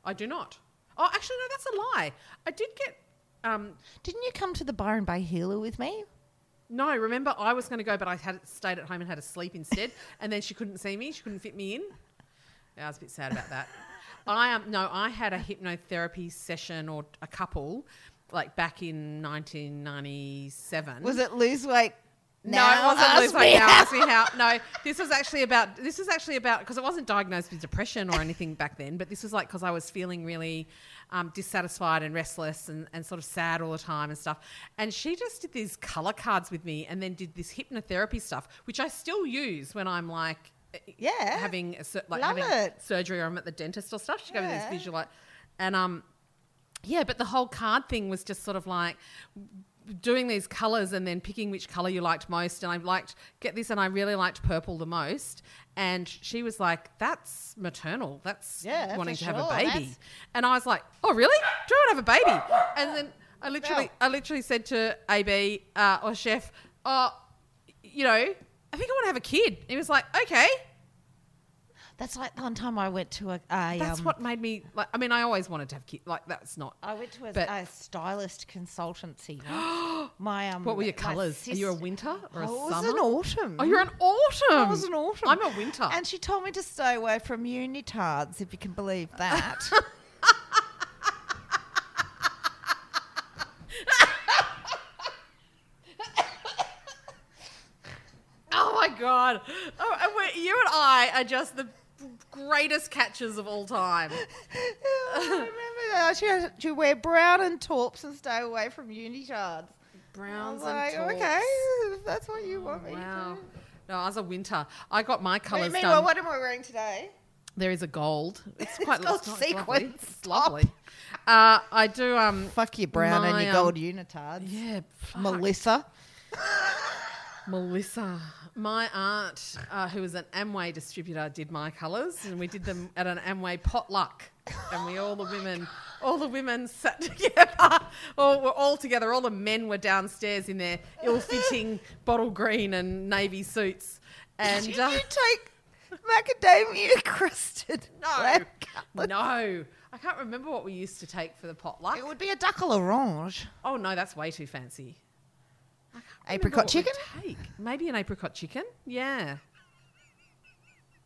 [SPEAKER 1] I do not. Oh, actually, no, that's a lie. I did get. Um,
[SPEAKER 2] Didn't you come to the Byron Bay Healer with me?
[SPEAKER 1] no, remember I was going to go, but I had stayed at home and had a sleep instead. and then she couldn't see me; she couldn't fit me in. Yeah, I was a bit sad about that. I um, no, I had a hypnotherapy session or a couple, like back in 1997.
[SPEAKER 2] Was it lose weight?
[SPEAKER 1] Mm. No,
[SPEAKER 2] now?
[SPEAKER 1] it wasn't
[SPEAKER 2] Ask
[SPEAKER 1] Liz
[SPEAKER 2] me
[SPEAKER 1] like now.
[SPEAKER 2] how.
[SPEAKER 1] Ask me how. No, this was actually about. This was actually about because I wasn't diagnosed with depression or anything back then. But this was like because I was feeling really um, dissatisfied and restless and, and sort of sad all the time and stuff. And she just did these color cards with me and then did this hypnotherapy stuff, which I still use when I'm like, eh,
[SPEAKER 2] Yeah.
[SPEAKER 1] having a, sur- like
[SPEAKER 2] Love
[SPEAKER 1] having
[SPEAKER 2] it.
[SPEAKER 1] surgery or I'm at the dentist or stuff. She gave me
[SPEAKER 2] Yeah.
[SPEAKER 1] this visual, like, and um, yeah, but the whole card thing was just sort of like doing these colors and then picking which color you liked most. And I liked, get this, and I really liked purple the most. And she was like, that's maternal. That's
[SPEAKER 2] Yeah,
[SPEAKER 1] wanting
[SPEAKER 2] for
[SPEAKER 1] to have a
[SPEAKER 2] sure.
[SPEAKER 1] baby.
[SPEAKER 2] That's-
[SPEAKER 1] And I was like, oh, really? Do you want to have a baby? And then I literally, I literally said to AB uh, or Chef, oh, you know, I think I want to have a kid. And he was like, okay.
[SPEAKER 2] That's like one time I went to a. a
[SPEAKER 1] That's
[SPEAKER 2] um,
[SPEAKER 1] what made me like. I mean, I always wanted to have kids. Like that's not.
[SPEAKER 2] I went to a,
[SPEAKER 1] But-
[SPEAKER 2] a stylist consultancy. once. my um,
[SPEAKER 1] What were your
[SPEAKER 2] my
[SPEAKER 1] colours? Are you a
[SPEAKER 2] sis-
[SPEAKER 1] winter or a
[SPEAKER 2] I was
[SPEAKER 1] summer?
[SPEAKER 2] an autumn.
[SPEAKER 1] oh, you're an autumn.
[SPEAKER 2] I was an autumn.
[SPEAKER 1] I'm a winter.
[SPEAKER 2] And she told me to stay away from unitards, if you can believe that.
[SPEAKER 1] oh my god! Oh, and we you and I are just the greatest catches of all time.
[SPEAKER 2] I remember that. She had to wear brown and torps and stay away from unitards. I
[SPEAKER 1] Browns
[SPEAKER 2] was like,
[SPEAKER 1] and taups.
[SPEAKER 2] okay, if that's what you want me to
[SPEAKER 1] Wow.
[SPEAKER 2] do.
[SPEAKER 1] No, I was a winter. I got my
[SPEAKER 2] Wait,
[SPEAKER 1] colours
[SPEAKER 2] meanwhile,
[SPEAKER 1] done.
[SPEAKER 2] what am I wearing today?
[SPEAKER 1] There is a gold. It's quite
[SPEAKER 2] got
[SPEAKER 1] it's quite lovely.
[SPEAKER 2] sequins
[SPEAKER 1] It's
[SPEAKER 2] top.
[SPEAKER 1] lovely. Uh, I do. Um.
[SPEAKER 2] Fuck your brown and
[SPEAKER 1] My,
[SPEAKER 2] your
[SPEAKER 1] um,
[SPEAKER 2] gold unitards.
[SPEAKER 1] Yeah. fuck.
[SPEAKER 2] Melissa.
[SPEAKER 1] Melissa, my aunt, uh, who was an Amway distributor, did my colours, and we did them at an Amway potluck, and we all the women, all the women sat together, all were all together. All the men were downstairs in their ill-fitting bottle green and navy suits, and
[SPEAKER 2] Did
[SPEAKER 1] uh,
[SPEAKER 2] you take macadamia crusted?
[SPEAKER 1] no,
[SPEAKER 2] lamb cutlets?
[SPEAKER 1] no, I can't remember what we used to take for the potluck.
[SPEAKER 2] It would be a duck à l'orange.
[SPEAKER 1] Oh no, that's way too fancy. I can't remember
[SPEAKER 2] Apricot
[SPEAKER 1] what we'd
[SPEAKER 2] chicken?
[SPEAKER 1] Take. Maybe an apricot chicken. Yeah.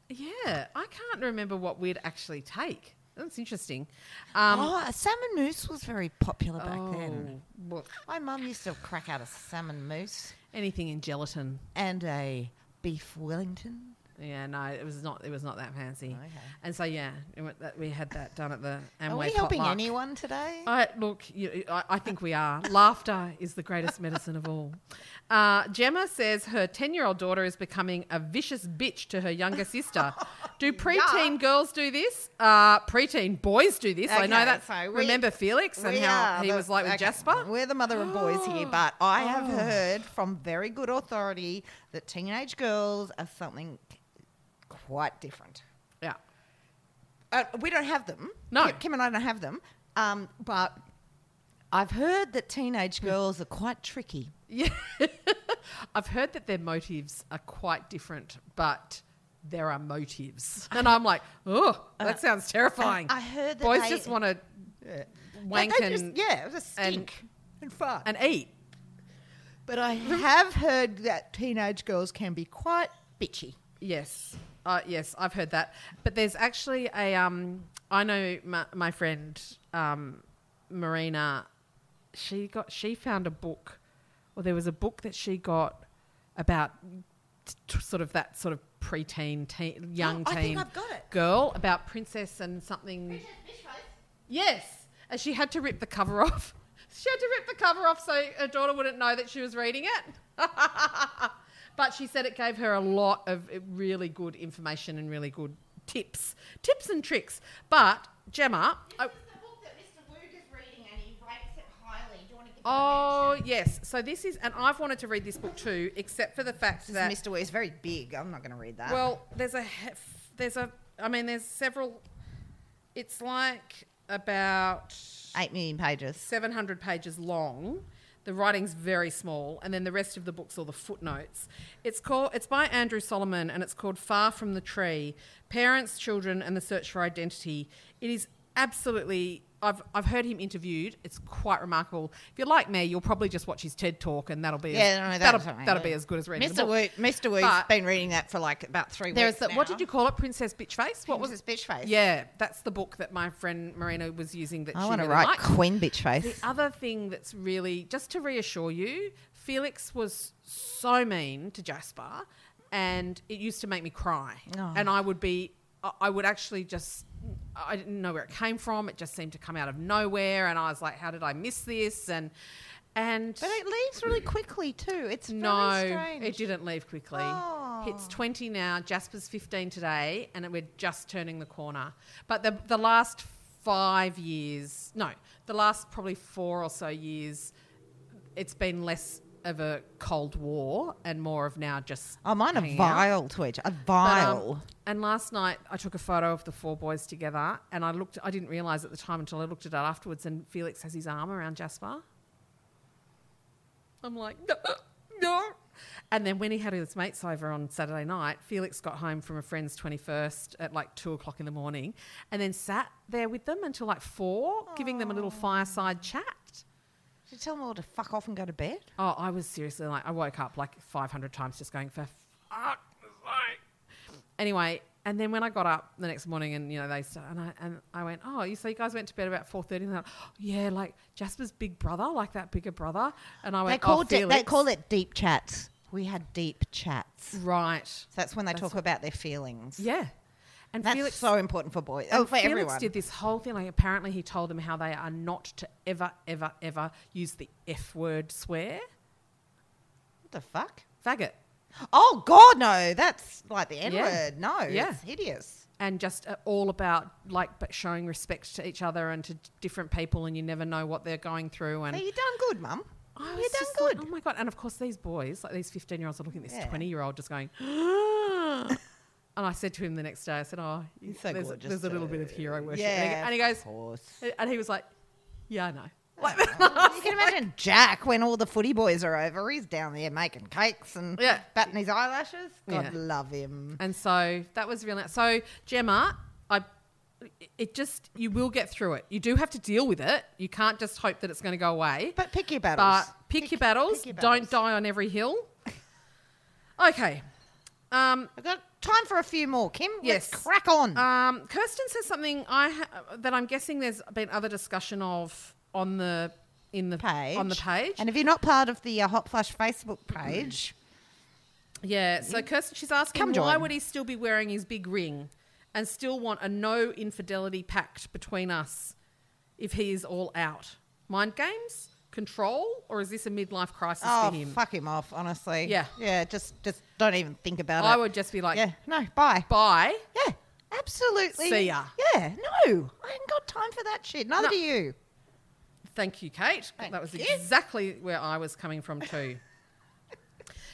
[SPEAKER 1] Yeah, I can't remember what we'd actually take. That's interesting. Um,
[SPEAKER 2] oh, a salmon mousse was very popular back then.
[SPEAKER 1] oh, look,
[SPEAKER 2] My mum used to crack out a salmon mousse
[SPEAKER 1] anything in gelatin.
[SPEAKER 2] and a beef Wellington.
[SPEAKER 1] Yeah, no, it was not. It was not that fancy.
[SPEAKER 2] Okay.
[SPEAKER 1] And so yeah, it went- that- we had that done at the Amway.
[SPEAKER 2] Are we helping
[SPEAKER 1] potluck. Uh,
[SPEAKER 2] anyone today?
[SPEAKER 1] I, look, you, I, I think we are. Laughter is the greatest medicine of all. Uh, Gemma says her 10 year old daughter is becoming a vicious bitch to her younger sister. Do preteen girls do this? Uh, preteen boys do this. I know
[SPEAKER 2] Okay,
[SPEAKER 1] that.
[SPEAKER 2] so we-
[SPEAKER 1] Remember Felix and
[SPEAKER 2] We
[SPEAKER 1] how
[SPEAKER 2] are
[SPEAKER 1] he
[SPEAKER 2] the-
[SPEAKER 1] was like with
[SPEAKER 2] okay,
[SPEAKER 1] Jasper? Oh.
[SPEAKER 2] We're the mother of boys here, but I have heard from very good authority that teenage girls are something quite different.
[SPEAKER 1] Yeah.
[SPEAKER 2] Uh, we don't have them.
[SPEAKER 1] No.
[SPEAKER 2] Kim, Kim and I don't have them. Um, but I've heard that teenage
[SPEAKER 1] Hmm.
[SPEAKER 2] girls are quite tricky.
[SPEAKER 1] yeah. I've heard that their motives are quite different, but there are motives. And I'm like, oh, that sounds terrifying.
[SPEAKER 2] Uh, I heard that
[SPEAKER 1] boys
[SPEAKER 2] they-
[SPEAKER 1] just want to
[SPEAKER 2] Yeah.
[SPEAKER 1] wank
[SPEAKER 2] they just,
[SPEAKER 1] and,
[SPEAKER 2] yeah, just
[SPEAKER 1] and-
[SPEAKER 2] stink and, fart.
[SPEAKER 1] and eat.
[SPEAKER 2] but I have heard that teenage girls can be quite bitchy.
[SPEAKER 1] Yes, uh, yes, I've heard that. But there's actually a. Um, I know my, my friend um, Marina. She got. She found a book, or there was a book that she got about t- t- sort of that sort of preteen, teen, young
[SPEAKER 2] Oh, I
[SPEAKER 1] teen
[SPEAKER 2] think I've got it.
[SPEAKER 1] girl about princess and something. Yes, and she had to rip the cover off. She had to rip the cover off so her daughter wouldn't know that she was reading it. but she said it gave her a lot of uh, really good information and really good tips, tips and tricks. But Gemma, oh, I- oh yes, so this is, and I've wanted to read this book too, except for the fact
[SPEAKER 2] This
[SPEAKER 1] that
[SPEAKER 2] is Mr. Weir's very big. I'm not going to read that.
[SPEAKER 1] Well, there's a he- there's a I mean there's several. It's like about
[SPEAKER 2] eight million pages.
[SPEAKER 1] 700 pages long. The writing's very small, and then the rest of the book's all the footnotes. It's called it's by Andrew Solomon, and it's called Far from the Tree: Parents, Children, and the Search for Identity. It is absolutely. I've, I've heard him interviewed. It's quite remarkable. If you're like me, you'll probably just watch his TED talk, and that'll be as,
[SPEAKER 2] Yeah, no,
[SPEAKER 1] that'll,
[SPEAKER 2] that's fine.
[SPEAKER 1] that'll be as good as reading the
[SPEAKER 2] Mr.
[SPEAKER 1] book.
[SPEAKER 2] Woo, Mr. Woo's
[SPEAKER 1] But-
[SPEAKER 2] been reading that for like about three
[SPEAKER 1] There's
[SPEAKER 2] weeks.
[SPEAKER 1] the,
[SPEAKER 2] now.
[SPEAKER 1] what did you call it? Princess Bitch Face? What
[SPEAKER 2] What was his
[SPEAKER 1] was
[SPEAKER 2] bitch face?
[SPEAKER 1] Yeah, that's the book that my friend Marina was using that
[SPEAKER 2] I
[SPEAKER 1] she
[SPEAKER 2] want to
[SPEAKER 1] really
[SPEAKER 2] write
[SPEAKER 1] liked.
[SPEAKER 2] Queen bitch face.
[SPEAKER 1] The other thing that's really just to reassure you, Felix was so mean to Jasper, and it used to make me cry,
[SPEAKER 2] Oh.
[SPEAKER 1] and I would be, I- I would actually just. I didn't know where it came from. It just seemed to come out of nowhere, and I was like, "How did I miss this?" And and
[SPEAKER 2] But it leaves really quickly too. It's
[SPEAKER 1] no,
[SPEAKER 2] very strange.
[SPEAKER 1] it didn't leave quickly.
[SPEAKER 2] Oh.
[SPEAKER 1] It's 20 now. Jasper's 15 today, and we're just turning the corner. But the, the last five years, no, the last probably four or so years, it's been less of a Cold War and more of now just.
[SPEAKER 2] Oh, mine are
[SPEAKER 1] hanging out.
[SPEAKER 2] vile to each. A
[SPEAKER 1] But, um,
[SPEAKER 2] vile.
[SPEAKER 1] and last night I took a photo of the four boys together, and I looked. I didn't realize at the time until I looked at it afterwards. And Felix has his arm around Jasper. I'm like, no, no. And then when he had his mates over on Saturday night, Felix got home from a friend's 21st at like two o'clock in the morning and then sat there with them until like four, giving them a little fireside chat.
[SPEAKER 2] Did you tell them all to fuck off and go to bed?
[SPEAKER 1] Oh, I was seriously like, I woke up like 500 times just going, for fuck's sake. Anyway, and then when I got up the next morning and, you know, they started, and I, and I went, oh, you, so you guys went to bed about 4.30? And they're like, "Oh, yeah, like Jasper's big brother, like that bigger brother. And I
[SPEAKER 2] They
[SPEAKER 1] went, oh,
[SPEAKER 2] called it. They
[SPEAKER 1] Felix."
[SPEAKER 2] call it deep chats. We had deep chats.
[SPEAKER 1] Right.
[SPEAKER 2] So that's when they talk about their feelings.
[SPEAKER 1] Mm. Yeah. And
[SPEAKER 2] That's
[SPEAKER 1] Felix
[SPEAKER 2] so important for boys. Oh, for
[SPEAKER 1] Felix
[SPEAKER 2] everyone.
[SPEAKER 1] did this whole thing. Like apparently, he told them how they are not to ever, ever, ever use the F word swear.
[SPEAKER 2] What the fuck?
[SPEAKER 1] Faggot.
[SPEAKER 2] Oh God, no! That's like the N
[SPEAKER 1] Yeah.
[SPEAKER 2] word. No,
[SPEAKER 1] Yeah.
[SPEAKER 2] it's hideous.
[SPEAKER 1] And just uh, all about like but showing respect to each other and to different people, and you never know what they're going through. And
[SPEAKER 2] So you done good, Mum.
[SPEAKER 1] I
[SPEAKER 2] You
[SPEAKER 1] was
[SPEAKER 2] done
[SPEAKER 1] just like,
[SPEAKER 2] good.
[SPEAKER 1] oh my god! And of course, these boys, like these fifteen-year-olds, are looking at this
[SPEAKER 2] Yeah.
[SPEAKER 1] twenty-year-old just going. and I said to him the next day, I said, "Oh,
[SPEAKER 2] He's so
[SPEAKER 1] there's, a,
[SPEAKER 2] gorgeous
[SPEAKER 1] there's a little bit of hero worship."
[SPEAKER 2] yeah,
[SPEAKER 1] and, he, and he
[SPEAKER 2] of
[SPEAKER 1] goes,
[SPEAKER 2] course.
[SPEAKER 1] and he was like, "Yeah, I know."
[SPEAKER 2] you can imagine Jack when all the footy boys are over. He's down there making cakes and
[SPEAKER 1] Yeah.
[SPEAKER 2] batting his eyelashes. God
[SPEAKER 1] Yeah.
[SPEAKER 2] love him.
[SPEAKER 1] And so that was really so Gemma, I it just you will get through it. You do have to deal with it. You can't just hope that it's going to go away.
[SPEAKER 2] But pick your battles.
[SPEAKER 1] But pick, your battles.
[SPEAKER 2] pick your
[SPEAKER 1] Don't die on every hill. Okay. Um,
[SPEAKER 2] I've got time for a few more, Kim. Let's
[SPEAKER 1] Yes.
[SPEAKER 2] crack on.
[SPEAKER 1] um, Kirsten says something I ha- that I'm guessing there's been other discussion of on the in the
[SPEAKER 2] page
[SPEAKER 1] on the page.
[SPEAKER 2] And if you're not part of the uh, Hot Flush Facebook page,
[SPEAKER 1] Yeah, so Kirsten, she's asking
[SPEAKER 2] Come
[SPEAKER 1] why
[SPEAKER 2] join.
[SPEAKER 1] would he still be wearing his big ring and still want a no infidelity pact between us if he is all out? Mind games? Control? Or is this a midlife crisis
[SPEAKER 2] oh
[SPEAKER 1] for him?
[SPEAKER 2] fuck him off, honestly.
[SPEAKER 1] Yeah.
[SPEAKER 2] yeah. Just just don't even think about
[SPEAKER 1] I
[SPEAKER 2] it.
[SPEAKER 1] would just be like,
[SPEAKER 2] yeah, no, bye.
[SPEAKER 1] bye.
[SPEAKER 2] Yeah, absolutely.
[SPEAKER 1] See ya.
[SPEAKER 2] Yeah, no, I ain't got time for that shit. Neither
[SPEAKER 1] No.
[SPEAKER 2] do you.
[SPEAKER 1] Thank you, Kate.
[SPEAKER 2] Thank
[SPEAKER 1] that was
[SPEAKER 2] you.
[SPEAKER 1] exactly where I was coming from, too.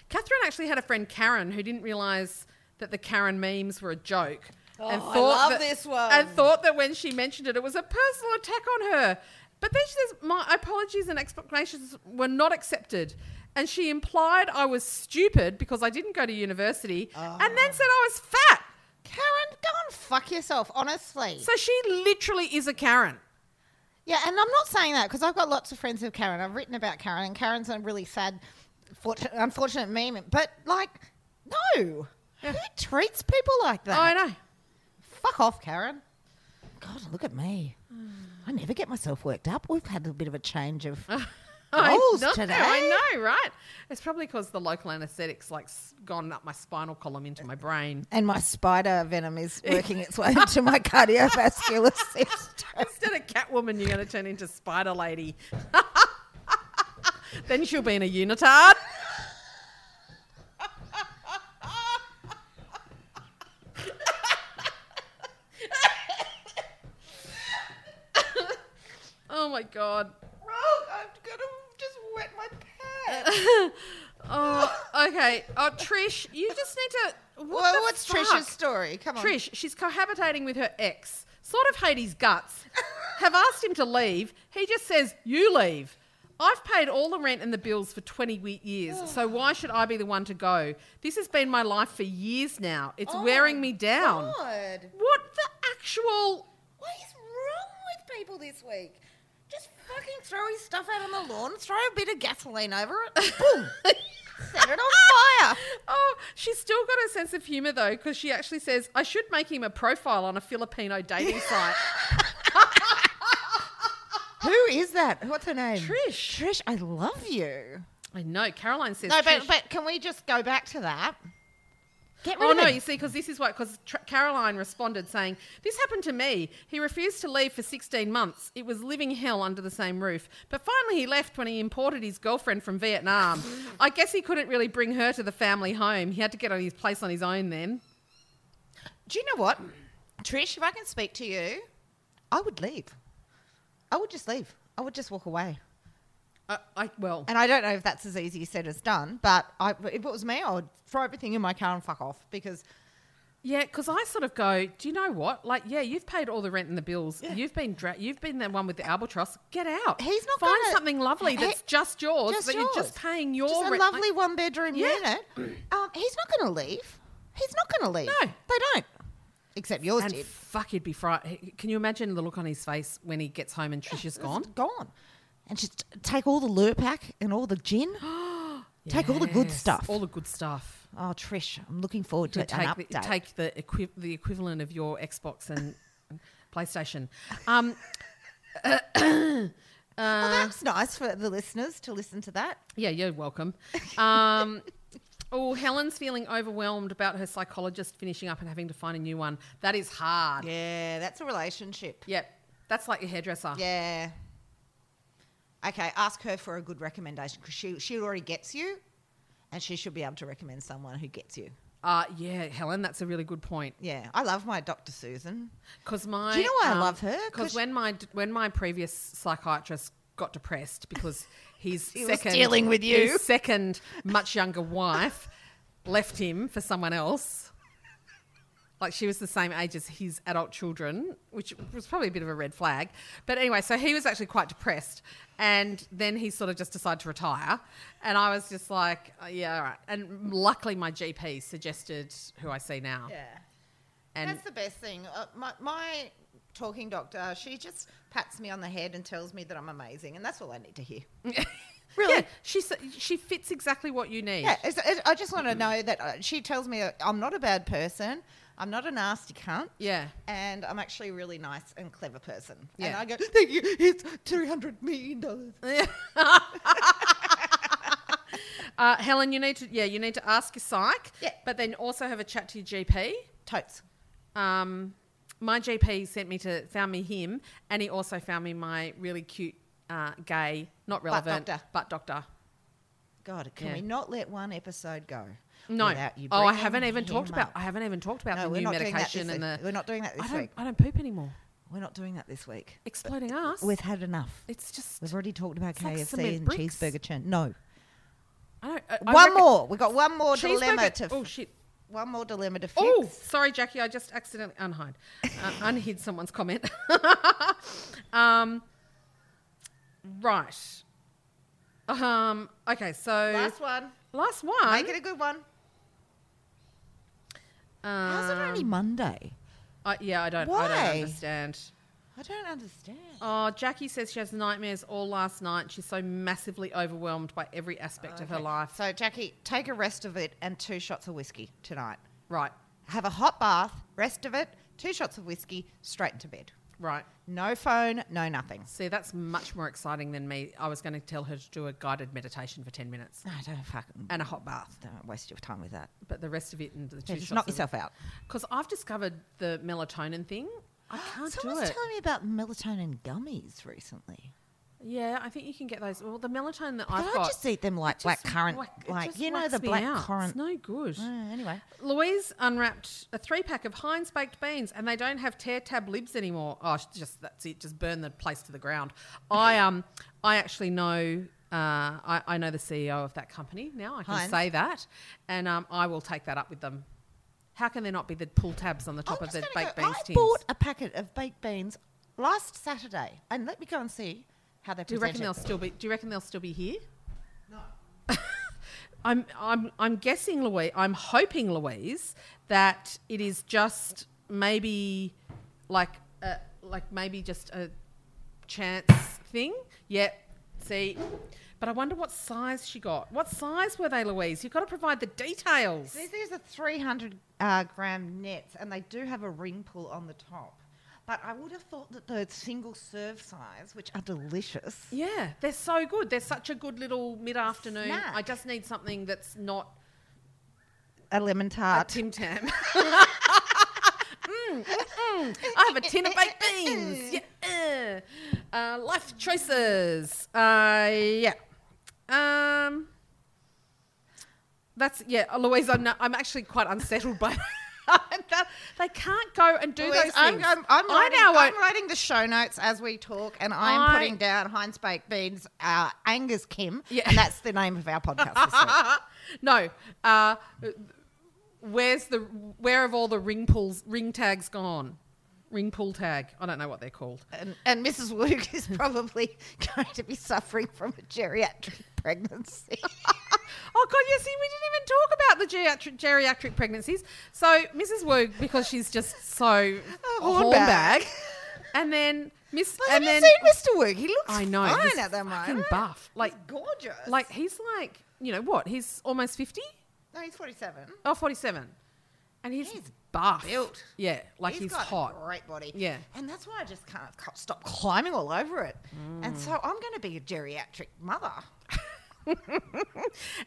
[SPEAKER 1] Catherine actually had a friend, Karen, who didn't realise that the Karen memes were a joke. and
[SPEAKER 2] Oh, I love this one.
[SPEAKER 1] And thought that when she mentioned it, it was a personal attack on her. But then she says, My apologies and explanations were not accepted. And she implied I was stupid because I didn't go to university
[SPEAKER 2] Ah.
[SPEAKER 1] and then said I was fat.
[SPEAKER 2] Karen, go and fuck yourself, honestly.
[SPEAKER 1] So she literally is a Karen.
[SPEAKER 2] yeah, and I'm not saying that because I've got lots of friends of Karen. I've written about Karen, and Karen's a really sad, fort- unfortunate meme. But like, no, who treats people like that?
[SPEAKER 1] I know.
[SPEAKER 2] Fuck off, Karen. God, look at me. I never get myself worked up. We've had a bit of a change of roles
[SPEAKER 1] know,
[SPEAKER 2] today.
[SPEAKER 1] I know, right? It's probably because the local anaesthetic's like s- gone up my spinal column into my brain.
[SPEAKER 2] And my spider venom is working its way into my cardiovascular system.
[SPEAKER 1] Instead of Catwoman, you're going to turn into Spider Lady. then she'll be in a unitard. oh my god.
[SPEAKER 2] Oh, I'm gonna just wet my pants.
[SPEAKER 1] Oh, okay. Oh, Trish, you just need to. What
[SPEAKER 2] well,
[SPEAKER 1] the
[SPEAKER 2] what's
[SPEAKER 1] fuck?
[SPEAKER 2] Trisha's story? Come on.
[SPEAKER 1] Trish, she's cohabitating with her ex. Sort of hate his guts. Have asked him to leave. He just says, "You leave." I've paid all the rent and the bills for 20 we- years, so why should I be the one to go? This has been my life for years now. It's
[SPEAKER 2] Oh
[SPEAKER 1] wearing
[SPEAKER 2] my
[SPEAKER 1] me down.
[SPEAKER 2] God.
[SPEAKER 1] What the actual?
[SPEAKER 2] What is wrong with people this week? Just fucking throw his stuff out on the lawn, throw a bit of gasoline over it, boom, set it on fire.
[SPEAKER 1] Oh, she's still got a sense of humor though, because she actually says, "I should make him a profile on a Filipino dating site."
[SPEAKER 2] Who is that? What's her name?
[SPEAKER 1] Trish,
[SPEAKER 2] Trish, I love you.
[SPEAKER 1] I know. Caroline says,
[SPEAKER 2] No, but,
[SPEAKER 1] "Trish,
[SPEAKER 2] but can we just go back to that? Get rid
[SPEAKER 1] Oh
[SPEAKER 2] of
[SPEAKER 1] no,
[SPEAKER 2] him.
[SPEAKER 1] you see, because this is what because Tr- Caroline responded saying this happened to me. He refused to leave for 16 months. It was living hell under the same roof. But finally, he left when he imported his girlfriend from Vietnam. I guess he couldn't really bring her to the family home. He had to get on his place on his own then.
[SPEAKER 2] Do you know what, Trish? If I can speak to you, I would leave. I would just leave. I would just walk away.
[SPEAKER 1] Uh, I well,
[SPEAKER 2] And I don't know if that's as easy said as done, but I, if it was me, I would throw everything in my car and fuck off because
[SPEAKER 1] Yeah, because I sort of go, do you know what? Like, yeah, you've paid all the rent and the bills. You've been dra- you've been the one with the albatross. Get out.
[SPEAKER 2] He's not
[SPEAKER 1] find
[SPEAKER 2] gonna-
[SPEAKER 1] something lovely
[SPEAKER 2] He-
[SPEAKER 1] that's just yours.
[SPEAKER 2] just
[SPEAKER 1] that you're
[SPEAKER 2] yours.
[SPEAKER 1] just paying your
[SPEAKER 2] just a
[SPEAKER 1] rent.
[SPEAKER 2] lovely one bedroom
[SPEAKER 1] Yeah.
[SPEAKER 2] unit. Um, he's not going to leave. He's not going to leave.
[SPEAKER 1] No.
[SPEAKER 2] they don't. Except yours
[SPEAKER 1] and
[SPEAKER 2] did.
[SPEAKER 1] fuck, he'd be frightened. Can you imagine the look on his face when he gets home and Trisha's gone?
[SPEAKER 2] It's gone. And just take all the Lurpak and all the gin. Take all the good
[SPEAKER 1] Yes,
[SPEAKER 2] stuff.
[SPEAKER 1] All the good stuff.
[SPEAKER 2] oh, Trish, I'm looking forward to
[SPEAKER 1] to
[SPEAKER 2] it. an
[SPEAKER 1] take the,
[SPEAKER 2] update.
[SPEAKER 1] take the equi- the equivalent of your Xbox and PlayStation. Um,
[SPEAKER 2] well, that's nice for the listeners to listen to that.
[SPEAKER 1] yeah, you're welcome. Um, oh, Helen's feeling overwhelmed about her psychologist finishing up and having to find a new one. That is hard. Yep,
[SPEAKER 2] Yeah, that's a relationship.
[SPEAKER 1] that's like your hairdresser.
[SPEAKER 2] Yeah. Okay, ask her for a good recommendation because she, she already gets you and she should be able to recommend someone who gets you.
[SPEAKER 1] Uh, yeah, Helen, that's a really good point.
[SPEAKER 2] Yeah, I love my Dr. Susan.
[SPEAKER 1] Because my
[SPEAKER 2] Do you know why I love her? 'Cause
[SPEAKER 1] Because
[SPEAKER 2] she-
[SPEAKER 1] when my when my previous psychiatrist got depressed because his
[SPEAKER 2] He was
[SPEAKER 1] second
[SPEAKER 2] dealing with you.
[SPEAKER 1] his second much younger wife left him for someone else. Like she was the same age as his adult children, which was probably a bit of a red flag. But anyway, so he was actually quite depressed, and then he sort of just decided to retire, and I was just like, oh, yeah, all right. And luckily, my GP suggested who I see now,
[SPEAKER 2] Yeah.
[SPEAKER 1] and
[SPEAKER 2] That's the best thing. Uh, my, my talking doctor, she just pats me on the head and tells me that I'm amazing, and that's all I need to hear. really?
[SPEAKER 1] Yeah, she s- she fits exactly what you need.
[SPEAKER 2] Yeah, it's, it, I just want to know that uh, she tells me uh, I'm not a bad person, I'm not a nasty cunt.
[SPEAKER 1] Yeah.
[SPEAKER 2] And I'm actually a really nice and clever person. And
[SPEAKER 1] Yeah.
[SPEAKER 2] I go, thank you, it's $200 million.
[SPEAKER 1] Uh, Helen, you need to yeah, you need to ask your psych.
[SPEAKER 2] Yeah.
[SPEAKER 1] But then also have a chat to your GP.
[SPEAKER 2] Totes.
[SPEAKER 1] Um, my GP sent me to found me him, and he also found me my really cute uh, gay, not relevant,
[SPEAKER 2] doctor.
[SPEAKER 1] but doctor.
[SPEAKER 2] God, can
[SPEAKER 1] Yeah.
[SPEAKER 2] we not let one episode go?
[SPEAKER 1] No.
[SPEAKER 2] without you
[SPEAKER 1] Oh, I
[SPEAKER 2] bringing
[SPEAKER 1] haven't even
[SPEAKER 2] him
[SPEAKER 1] talked about.
[SPEAKER 2] up?
[SPEAKER 1] I haven't even talked about
[SPEAKER 2] No,
[SPEAKER 1] the
[SPEAKER 2] we're
[SPEAKER 1] new
[SPEAKER 2] not doing that this
[SPEAKER 1] medication and the.
[SPEAKER 2] week. We're not doing that
[SPEAKER 1] I
[SPEAKER 2] this
[SPEAKER 1] don't.
[SPEAKER 2] week.
[SPEAKER 1] I don't poop anymore.
[SPEAKER 2] We're not doing that this week.
[SPEAKER 1] Exploding us.
[SPEAKER 2] We've had enough.
[SPEAKER 1] it's just.
[SPEAKER 2] We've already talked about
[SPEAKER 1] It's like
[SPEAKER 2] KFC
[SPEAKER 1] cement
[SPEAKER 2] and
[SPEAKER 1] bricks.
[SPEAKER 2] cheeseburger churn. No.
[SPEAKER 1] I don't. I, I
[SPEAKER 2] one
[SPEAKER 1] reckon-
[SPEAKER 2] more. We've got one more
[SPEAKER 1] Cheeseburger-
[SPEAKER 2] dilemma to f-
[SPEAKER 1] Oh shit.
[SPEAKER 2] one more dilemma to fix.
[SPEAKER 1] Oh, sorry, Jackie. I just accidentally unhide, uh, unhid someone's comment. um, right. Um, okay, so
[SPEAKER 2] Last one.
[SPEAKER 1] last one.
[SPEAKER 2] Make it a good one. How's it
[SPEAKER 1] Um,
[SPEAKER 2] only Monday?
[SPEAKER 1] I- yeah, I don't. I
[SPEAKER 2] Why?
[SPEAKER 1] don't understand.
[SPEAKER 2] I don't understand.
[SPEAKER 1] Oh, Jackie says she has nightmares all last night. She's so massively overwhelmed by every aspect of her
[SPEAKER 2] Okay.
[SPEAKER 1] life.
[SPEAKER 2] So Jackie, take a rest of it and two shots of whiskey tonight.
[SPEAKER 1] right,
[SPEAKER 2] Have a hot bath, rest of it, two shots of whiskey, straight into bed.
[SPEAKER 1] right.
[SPEAKER 2] No phone, no nothing.
[SPEAKER 1] See, that's much more exciting than me. I was going to tell her to do a guided meditation for ten minutes
[SPEAKER 2] No, don't fucking
[SPEAKER 1] and a hot bath,
[SPEAKER 2] don't waste your time with that.
[SPEAKER 1] but the rest of it and the two
[SPEAKER 2] Yeah, just
[SPEAKER 1] shots
[SPEAKER 2] knock
[SPEAKER 1] of-
[SPEAKER 2] yourself out.
[SPEAKER 1] Because I've discovered the melatonin thing. I can't do
[SPEAKER 2] Someone's
[SPEAKER 1] it.
[SPEAKER 2] telling me about melatonin gummies recently.
[SPEAKER 1] yeah, I think you can get those. Well, the melatonin that
[SPEAKER 2] But
[SPEAKER 1] I've
[SPEAKER 2] I
[SPEAKER 1] got.
[SPEAKER 2] just eat them like
[SPEAKER 1] just
[SPEAKER 2] black currant,
[SPEAKER 1] whack- it
[SPEAKER 2] like
[SPEAKER 1] just
[SPEAKER 2] you know the
[SPEAKER 1] whacks me
[SPEAKER 2] black
[SPEAKER 1] out.
[SPEAKER 2] currant.
[SPEAKER 1] It's no good.
[SPEAKER 2] Uh, anyway,
[SPEAKER 1] Louise unwrapped a three pack of Heinz baked beans, and they don't have tear tab libs anymore. Oh, sh- just that's it. Just burn the place to the ground. I um, I actually know. Uh, I, I know the CEO of that company now. I can
[SPEAKER 2] Heinz.
[SPEAKER 1] say that, and um, I will take that up with them. How can there not be the pull tabs on the top
[SPEAKER 2] I'm
[SPEAKER 1] of the
[SPEAKER 2] just gonna
[SPEAKER 1] baked
[SPEAKER 2] go-
[SPEAKER 1] beans
[SPEAKER 2] I
[SPEAKER 1] tins?
[SPEAKER 2] bought a packet of baked beans last Saturday, and let me go and see how they
[SPEAKER 1] Do you
[SPEAKER 2] present
[SPEAKER 1] reckon
[SPEAKER 2] it.
[SPEAKER 1] they'll still be? Do you reckon they'll still be here? No. I'm I'm I'm guessing Louise. I'm hoping Louise that it is just maybe like a, like maybe just a chance thing. Yep. See. But I wonder what size she got. What size were they, Louise? You've got to provide the details.
[SPEAKER 2] These, these are 300 uh, gram nets, and they do have a ring pull on the top. But I would have thought that the single serve size, which are delicious,
[SPEAKER 1] Yeah, they're so good. They're such a good little mid-afternoon.
[SPEAKER 2] Snack.
[SPEAKER 1] I just need something that's not
[SPEAKER 2] a lemon
[SPEAKER 1] a
[SPEAKER 2] tart.
[SPEAKER 1] Tim Tam. mm, mm, mm. I have a tin of baked beans. Yeah. uh. Uh, life choices. Uh, yeah. Um, that's yeah, Louise. I'm, not, I'm actually quite unsettled by that. They can't go and do
[SPEAKER 2] Louise,
[SPEAKER 1] those
[SPEAKER 2] I'm,
[SPEAKER 1] things.
[SPEAKER 2] I'm, I'm,
[SPEAKER 1] I
[SPEAKER 2] writing,
[SPEAKER 1] now
[SPEAKER 2] I'm
[SPEAKER 1] won't.
[SPEAKER 2] writing the show notes as we talk, and I'm
[SPEAKER 1] I-
[SPEAKER 2] putting down Heinz Baked Beans, uh, Angus Kim,
[SPEAKER 1] Yeah.
[SPEAKER 2] and that's the name of our podcast this week.
[SPEAKER 1] no. Uh, Where's the where have all the ring pulls ring tags gone? Ring pull tag. I don't know what they're called.
[SPEAKER 2] And, and Mrs. Wook is probably going to be suffering from a geriatric pregnancy.
[SPEAKER 1] Oh God, you see, we didn't even talk about the geriatric, geriatric pregnancies. So Mrs. Woog, because she's just so a
[SPEAKER 2] hornbag.
[SPEAKER 1] hornbag, and then Miss,
[SPEAKER 2] But
[SPEAKER 1] and
[SPEAKER 2] have
[SPEAKER 1] then
[SPEAKER 2] you seen Mr. Wook? He looks
[SPEAKER 1] I know
[SPEAKER 2] fine
[SPEAKER 1] he's
[SPEAKER 2] at the moment.
[SPEAKER 1] fucking buff, like
[SPEAKER 2] he's gorgeous.
[SPEAKER 1] like he's like you know what? He's almost fifty
[SPEAKER 2] no, he's forty-seven.
[SPEAKER 1] or forty-seven, and he's,
[SPEAKER 2] He's
[SPEAKER 1] buff,
[SPEAKER 2] built.
[SPEAKER 1] yeah, like he's,
[SPEAKER 2] got
[SPEAKER 1] hot.
[SPEAKER 2] a great body.
[SPEAKER 1] Yeah.
[SPEAKER 2] and that's why I just can't co- stop climbing all over it.
[SPEAKER 1] Mm.
[SPEAKER 2] And so I'm going to be a geriatric mother.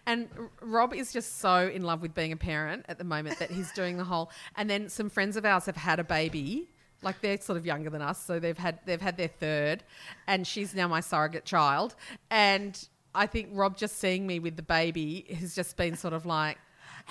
[SPEAKER 1] And R- Rob is just so in love with being a parent at the moment that he's doing the whole. And then some friends of ours have had a baby. Like they're sort of younger than us, so they've had they've had their third, and she's now my surrogate child. And I think Rob just seeing me with the baby has just been sort of like,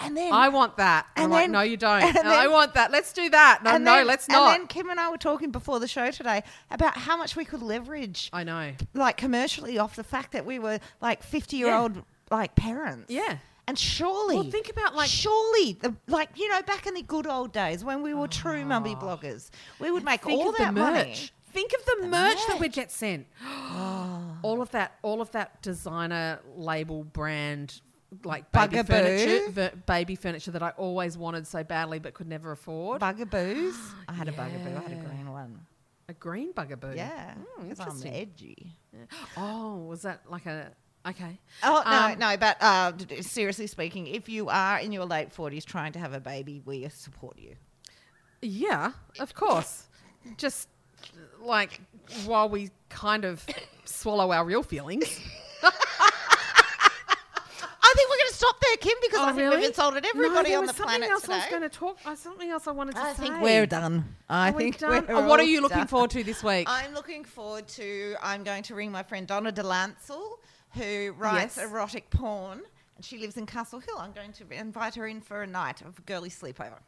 [SPEAKER 2] And then
[SPEAKER 1] I want that. And,
[SPEAKER 2] and
[SPEAKER 1] I'm
[SPEAKER 2] then-
[SPEAKER 1] like, no, you don't.
[SPEAKER 2] and
[SPEAKER 1] And I
[SPEAKER 2] then-
[SPEAKER 1] want that. Let's do that. No,
[SPEAKER 2] and
[SPEAKER 1] no,
[SPEAKER 2] then-
[SPEAKER 1] let's
[SPEAKER 2] and
[SPEAKER 1] not.
[SPEAKER 2] then Kim and I were talking before the show today about how much we could leverage,
[SPEAKER 1] I know.
[SPEAKER 2] like commercially, off the fact that we were like fifty-year-old like parents.
[SPEAKER 1] Yeah.
[SPEAKER 2] And surely,
[SPEAKER 1] Well, think about, like-
[SPEAKER 2] surely, the, like you know, back in the good old days when we were true mummy
[SPEAKER 1] Oh.
[SPEAKER 2] bloggers, we would make all that money.
[SPEAKER 1] Think of the, merch, that we get sent. all of that, all of that designer label brand, like baby
[SPEAKER 2] Bugaboo.
[SPEAKER 1] furniture, ver- baby furniture that I always wanted so badly but could never afford.
[SPEAKER 2] Bugaboos. I had a bugaboo. I had
[SPEAKER 1] Yeah.
[SPEAKER 2] a green one.
[SPEAKER 1] a green bugaboo.
[SPEAKER 2] Oh, Yeah, Hmm,
[SPEAKER 1] Mm,
[SPEAKER 2] because I'm
[SPEAKER 1] interesting.
[SPEAKER 2] edgy.
[SPEAKER 1] Oh, was that like a okay?
[SPEAKER 2] Oh no,
[SPEAKER 1] Um,
[SPEAKER 2] no. But uh, d- d- seriously speaking, if you are in your late forties trying to have a baby, we support you.
[SPEAKER 1] Yeah, of course. Just like while we kind of swallow our real feelings.
[SPEAKER 2] I think we're going to stop there, Kim, because I
[SPEAKER 1] Oh,
[SPEAKER 2] think we've insulted
[SPEAKER 1] No,
[SPEAKER 2] everybody
[SPEAKER 1] there
[SPEAKER 2] on
[SPEAKER 1] was
[SPEAKER 2] the planet
[SPEAKER 1] Something else
[SPEAKER 2] today.
[SPEAKER 1] I was going to talk. uh, Something else I wanted to
[SPEAKER 2] I
[SPEAKER 1] say.
[SPEAKER 2] think we're done. I
[SPEAKER 1] Are we
[SPEAKER 2] think
[SPEAKER 1] done?
[SPEAKER 2] we're
[SPEAKER 1] Oh, what are
[SPEAKER 2] all
[SPEAKER 1] you looking
[SPEAKER 2] done.
[SPEAKER 1] forward to this week?
[SPEAKER 2] I'm looking forward to. I'm going to ring my friend Donna Delancel, who writes
[SPEAKER 1] Yes.
[SPEAKER 2] erotic porn, and she lives in Castle Hill. I'm going to invite her in for a night of girly sleepover.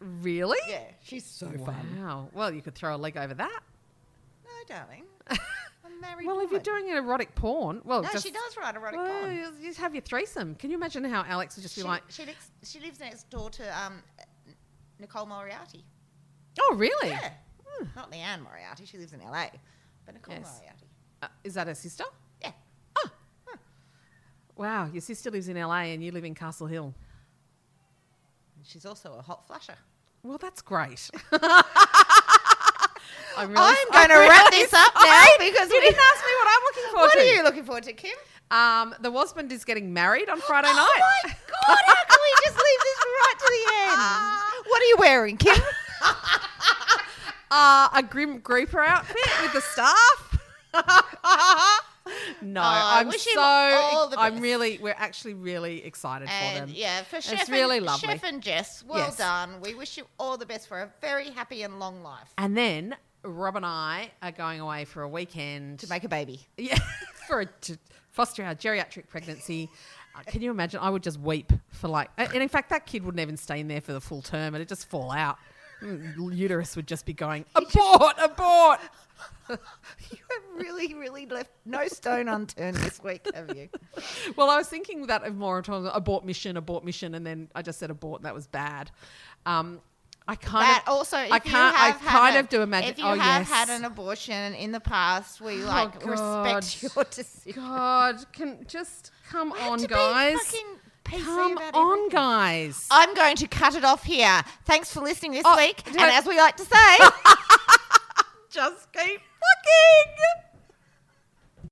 [SPEAKER 1] really?
[SPEAKER 2] Yeah, she's so
[SPEAKER 1] Wow. Well, you could throw a leg over that.
[SPEAKER 2] No, darling. I'm married.
[SPEAKER 1] Well, if you're
[SPEAKER 2] woman.
[SPEAKER 1] doing an erotic porn, well,
[SPEAKER 2] No,
[SPEAKER 1] Oh, just,
[SPEAKER 2] she does write erotic
[SPEAKER 1] well,
[SPEAKER 2] porn.
[SPEAKER 1] you Just have your threesome. Can you imagine how Alex would just
[SPEAKER 2] She,
[SPEAKER 1] be like,
[SPEAKER 2] she, lives, she lives next door to um, Nicole Moriarty.
[SPEAKER 1] "Oh, really? Hmm.
[SPEAKER 2] Yeah. Not Leanne Moriarty. She lives in LA. But Nicole
[SPEAKER 1] Yes.
[SPEAKER 2] Moriarty.
[SPEAKER 1] Uh, is that her sister?
[SPEAKER 2] Yeah.
[SPEAKER 1] Wow, your sister lives in LA and you live in Castle Hill.
[SPEAKER 2] And she's also a hot flusher.
[SPEAKER 1] Well, that's great.
[SPEAKER 2] I'm
[SPEAKER 1] I'm,
[SPEAKER 2] going to wrap this up now because
[SPEAKER 1] you
[SPEAKER 2] we.
[SPEAKER 1] didn't ask me what I'm looking forward
[SPEAKER 2] What
[SPEAKER 1] to.
[SPEAKER 2] are you looking forward to, Kim?
[SPEAKER 1] Um, the husband is getting married on Friday night.
[SPEAKER 2] Oh my God, how can we just leave this right to the
[SPEAKER 1] Ah.
[SPEAKER 2] end? What are you wearing, Kim?
[SPEAKER 1] uh, a grim grouper outfit with the staff. no,
[SPEAKER 2] Oh, I
[SPEAKER 1] I'm
[SPEAKER 2] wish
[SPEAKER 1] so.
[SPEAKER 2] him all the
[SPEAKER 1] I'm
[SPEAKER 2] best.
[SPEAKER 1] really. We're actually really excited for them.
[SPEAKER 2] yeah, for Chef,
[SPEAKER 1] really
[SPEAKER 2] and,
[SPEAKER 1] lovely.
[SPEAKER 2] Chef and Jess, well
[SPEAKER 1] Yes.
[SPEAKER 2] done. We wish you all the best for a very happy and long life.
[SPEAKER 1] And then Rob and I are going away for a weekend
[SPEAKER 2] To make a baby.
[SPEAKER 1] yeah, for a, to foster our geriatric pregnancy. Uh, Can you imagine? I would just weep for like, and in fact, that kid wouldn't even stay in there for the full term. It'd just fall out. Mm, Uterus would just be going abort, abort.
[SPEAKER 2] You have really, really left no stone unturned this week, have you?
[SPEAKER 1] Well, I was thinking that of more times abort mission, abort mission, and then I just said abort. and That was bad. Um, I kind
[SPEAKER 2] That
[SPEAKER 1] of
[SPEAKER 2] also, if
[SPEAKER 1] I
[SPEAKER 2] You
[SPEAKER 1] can't.
[SPEAKER 2] have
[SPEAKER 1] I kind
[SPEAKER 2] had
[SPEAKER 1] of do
[SPEAKER 2] a-
[SPEAKER 1] imagine.
[SPEAKER 2] If you
[SPEAKER 1] oh
[SPEAKER 2] have
[SPEAKER 1] yes.
[SPEAKER 2] had an abortion in the past, we like respect
[SPEAKER 1] God.
[SPEAKER 2] your decision.
[SPEAKER 1] God, can just come
[SPEAKER 2] have
[SPEAKER 1] on,
[SPEAKER 2] to be
[SPEAKER 1] guys.
[SPEAKER 2] fucking PC
[SPEAKER 1] Come
[SPEAKER 2] about
[SPEAKER 1] on,
[SPEAKER 2] everything.
[SPEAKER 1] guys.
[SPEAKER 2] I'm going to cut it off here. Thanks for listening this
[SPEAKER 1] Oh,
[SPEAKER 2] week.
[SPEAKER 1] do
[SPEAKER 2] And
[SPEAKER 1] I-
[SPEAKER 2] as we like to say,